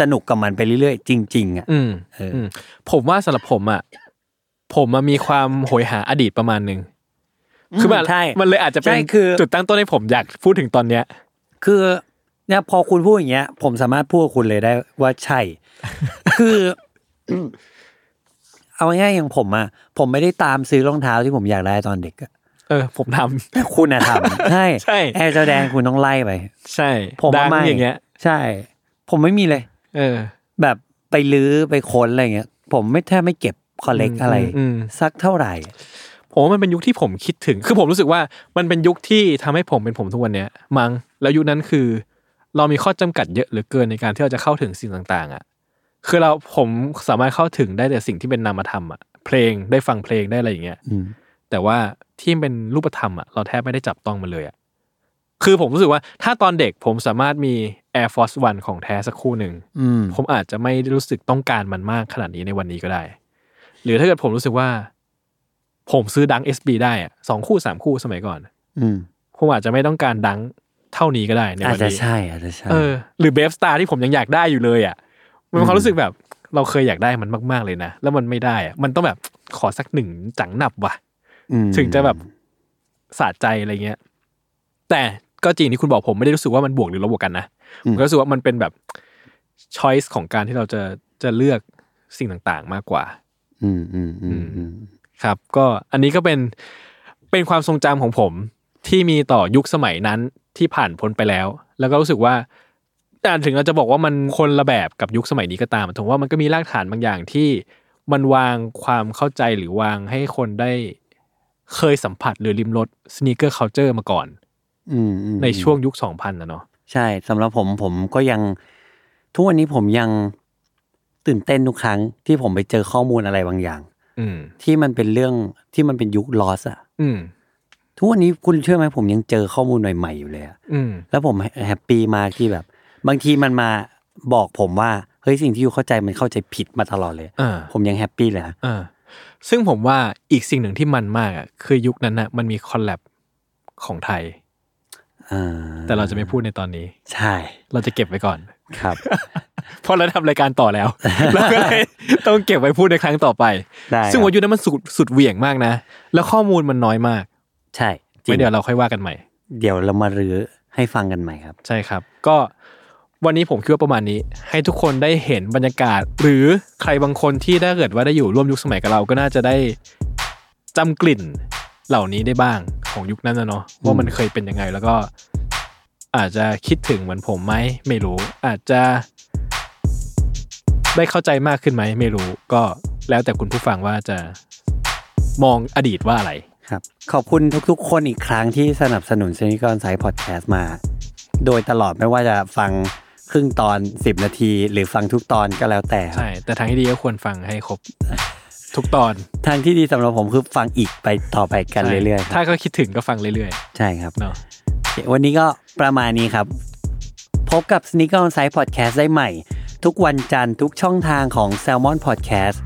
สนุกกับมันไปเรื่อยๆ จริง ๆ อ่ะ
อืม
เอออื
อืมผมว่าสำหรับผมอะผมมันมีความโหยหาอดีตประมาณหนึ่ง คือมัน
ใช่
มันเลยอาจจะเป็น
ใช่คือ
จุดตั้งต้นให้ผมอยากพูดถึงตอนเนี้ย
คือเนี่ยพอคุณพูดอย่างเงี้ย ผมสามารถพูดกับคุณเลยได้ว่าใช่ คือ เอาง่ายๆอย่างผมอ่ะผมไม่ได้ตามซื้อรองเท้าที่ผมอยากได้ตอนเด็กอะ
เออ ผมทำ
แต่คุณอะท ำ ใช่
ใช่
แอร์จอร์แดนคุณต้องไล่ไป
ใช่
ผม
ดั
ว่าไม่
อย่างเงี้ย
ใช่ ผมไม่มีเลย
เออ
แบบไปลื้อไปค้นอะไรเงี้ย ผมไม่แทบไม่เก็บคอลเลก
อืม
อะไร
อืม
สักเท่าไหร่
ผมว่ามันเป็นยุคที่ผมคิดถึง คือผมรู้สึกว่ามันเป็นยุคที่ทำให้ผมเป็นผมทุกวันเนี้ยมัง้งแล้วยุคนั้นคือ เรามีข้อจำกัดเยอะเหลือเกินในการที่เราจะเข้าถึงสิ่งต่างๆ อ่ะ คือเราผมสามารถเข้าถึงได้แต่สิ่งที่เป็นนามธรรมอ่ะเพลงได้ฟังเพลงได้อะไรอย่างเงี้ย
อืม
แต่ว่าที่เป็นรูปธรรมอ่ะเราแทบไม่ได้จับต้องมันเลยอ่ะ คือผมรู้สึกว่าถ้าตอนเด็กผมสามารถมี Air Force One ของแท้สักคู่หนึ่ง
อืม
ผมอาจจะไม่ได้รู้สึกต้องการมันมากขนาดนี้ในวันนี้ก็ได้ หรือถ้าเกิดผมรู้สึกว่า ผมซื้อดัง SB ได้อะสองคู่สามคู่สมัยก่อน
อืม
ผมอาจจะไม่ต้องการดังเท่านี้ก็ได้ใน
อาจ
วัน
จะ
นี้
ใช่อาจจะใช่
เออ หรือเบฟสตาร์ที่ผมยังอยากได้อยู่เลยอ่ะ มันเป็นความ
อืม
รู้สึกแบบ เราเคยอยากได้มันมาก ๆเลยนะ แล้วมันไม่ได้อะมันต้องแบบขอสักหนึ่งจังหนับว่ะ
ม
ถึงจะแบบสะใจอะไรเงี้ย แต่ก็จริงที่คุณบอกผมไม่ได้รู้สึกว่ามันบวกหรือลบบวกกันนะ
อื
ผม มก็รู้สึกว่ามันเป็นแบบช้อยส์ของการที่เราจะจะเลือกสิ่งต่างๆมากกว่า
อืมอืมอืมอืม
ครับ ก็อันนี้ก็เป็นเป็นความทรงจำของผมที่มีต่อยุคสมัยนั้นที่ผ่านพ้นไปแล้ว แล้วก็รู้สึกว่าอ่าถึงเราจะบอกว่ามันคนละแบบกับยุคสมัยนี้ก็ตามแต่ผมว่ามันก็มีรากฐานบางอย่างที่มันวางความเข้าใจหรือวางให้คนได้เคยสัมผัสหรือริมรสสเนคเกอร์เคาน์เตอร์มาก่อน
อืมอืม
ในช่วงยุค 2000นะเนาะ
ใช่สำหรับผมผมก็ยัง ทุกวันนี้ผมยังตื่นเต้นทุกครั้งที่ผมไปเจอข้อมูลอะไรบางอย่าง
อืม
ที่มันเป็นเรื่องที่มันเป็นยุคลอสอะ
อืม
ทุกวันนี้คุณเชื่อไหมผมยังเจอข้อมูลใหม่ๆอยู่เลยอะ
อืม
แล้วผมแฮปปี้มากที่แบบ บางทีมันมาบอกผมว่าเฮ้ยสิ่งที่อยู่เข้าใจมันเข้าใจผิดมาตลอดเลย
อ่า
ผมยังแฮปปี้เลยนะ
อ่าซึ่งผมว่าอีกสิ่งหนึ่งที่มันมากอ่ะคือยุคนั้นน่ะมันมีคอลแลบของไทย
อ่า
แต่เราจะไม่พูดในตอนนี้
ใช่
เราจะเก็บไว้ก่อน
ครับ
เพราะเราทำรายการต่อแล้ว เราก็เลยต้องเก็บไว้พูดในครั้งต่อไป
ได้
ซึ่
ค
ง
รับ
วายุคนั้นมันสุดสุดเหวี่ยงมากนะ แล้วข้อมูลมันน้อยมาก
ใช่จริง
ไว้เดี๋ยวเราค่อยว่ากันใหม่
เดี๋ยวเรามารื้อให้ฟังกันใหม่ครับ
ใช่ครับ ก็วันนี้ผมคิดว่าประมาณนี้ ให้ทุกคนได้เห็นบรรยากาศ หรือใครบางคนที่ถ้าเกิดว่าได้อยู่ร่วมยุคสมัยกับเราก็น่าจะได้จำกลิ่นเหล่านี้ได้บ้างของยุคนั้นนะเนาะว่ามันเคยเป็นยังไงแล้วก็ อาจจะคิดถึงเหมือนผมไหมไม่รู้ อาจจะ ได้เข้าใจมากขึ้นไหมไม่รู้ ก็แล้วแต่คุณผู้ฟังว่าจะมองอดีตว่าอะไร
ครับ ขอบคุณทุกๆ คนอีกครั้งที่สนับสนุนเซนิกรไซพอดแคสต์มา โดยตลอดไม่ว่าจะฟังครึ่งตอน 10 นาที หรือฟังทุกตอนก็แล้วแต่ครับ
ใช่ แต่ทางที่ดีก็ควรฟังให้ครบ ทุกตอน
ทางที่ดีสำหรับผมคือฟังอีกไปต่อไปกันเรื่อยๆค
ถ้า
รับ
ก็คิดถึงก็ฟังเรื่อย
ใช่ครับ
ๆเนาะ
วันนี้ก็ประมาณนี้ครับ พบกับ Sneaker On Site Podcast ได้ใหม่ ทุกวันจันทร์ทุกช่องทางของ Salmon Podcast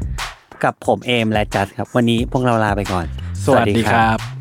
กับผมเอมและจัสครับ วันนี้พวกเราลาไปก่อน
สวัสดีครับ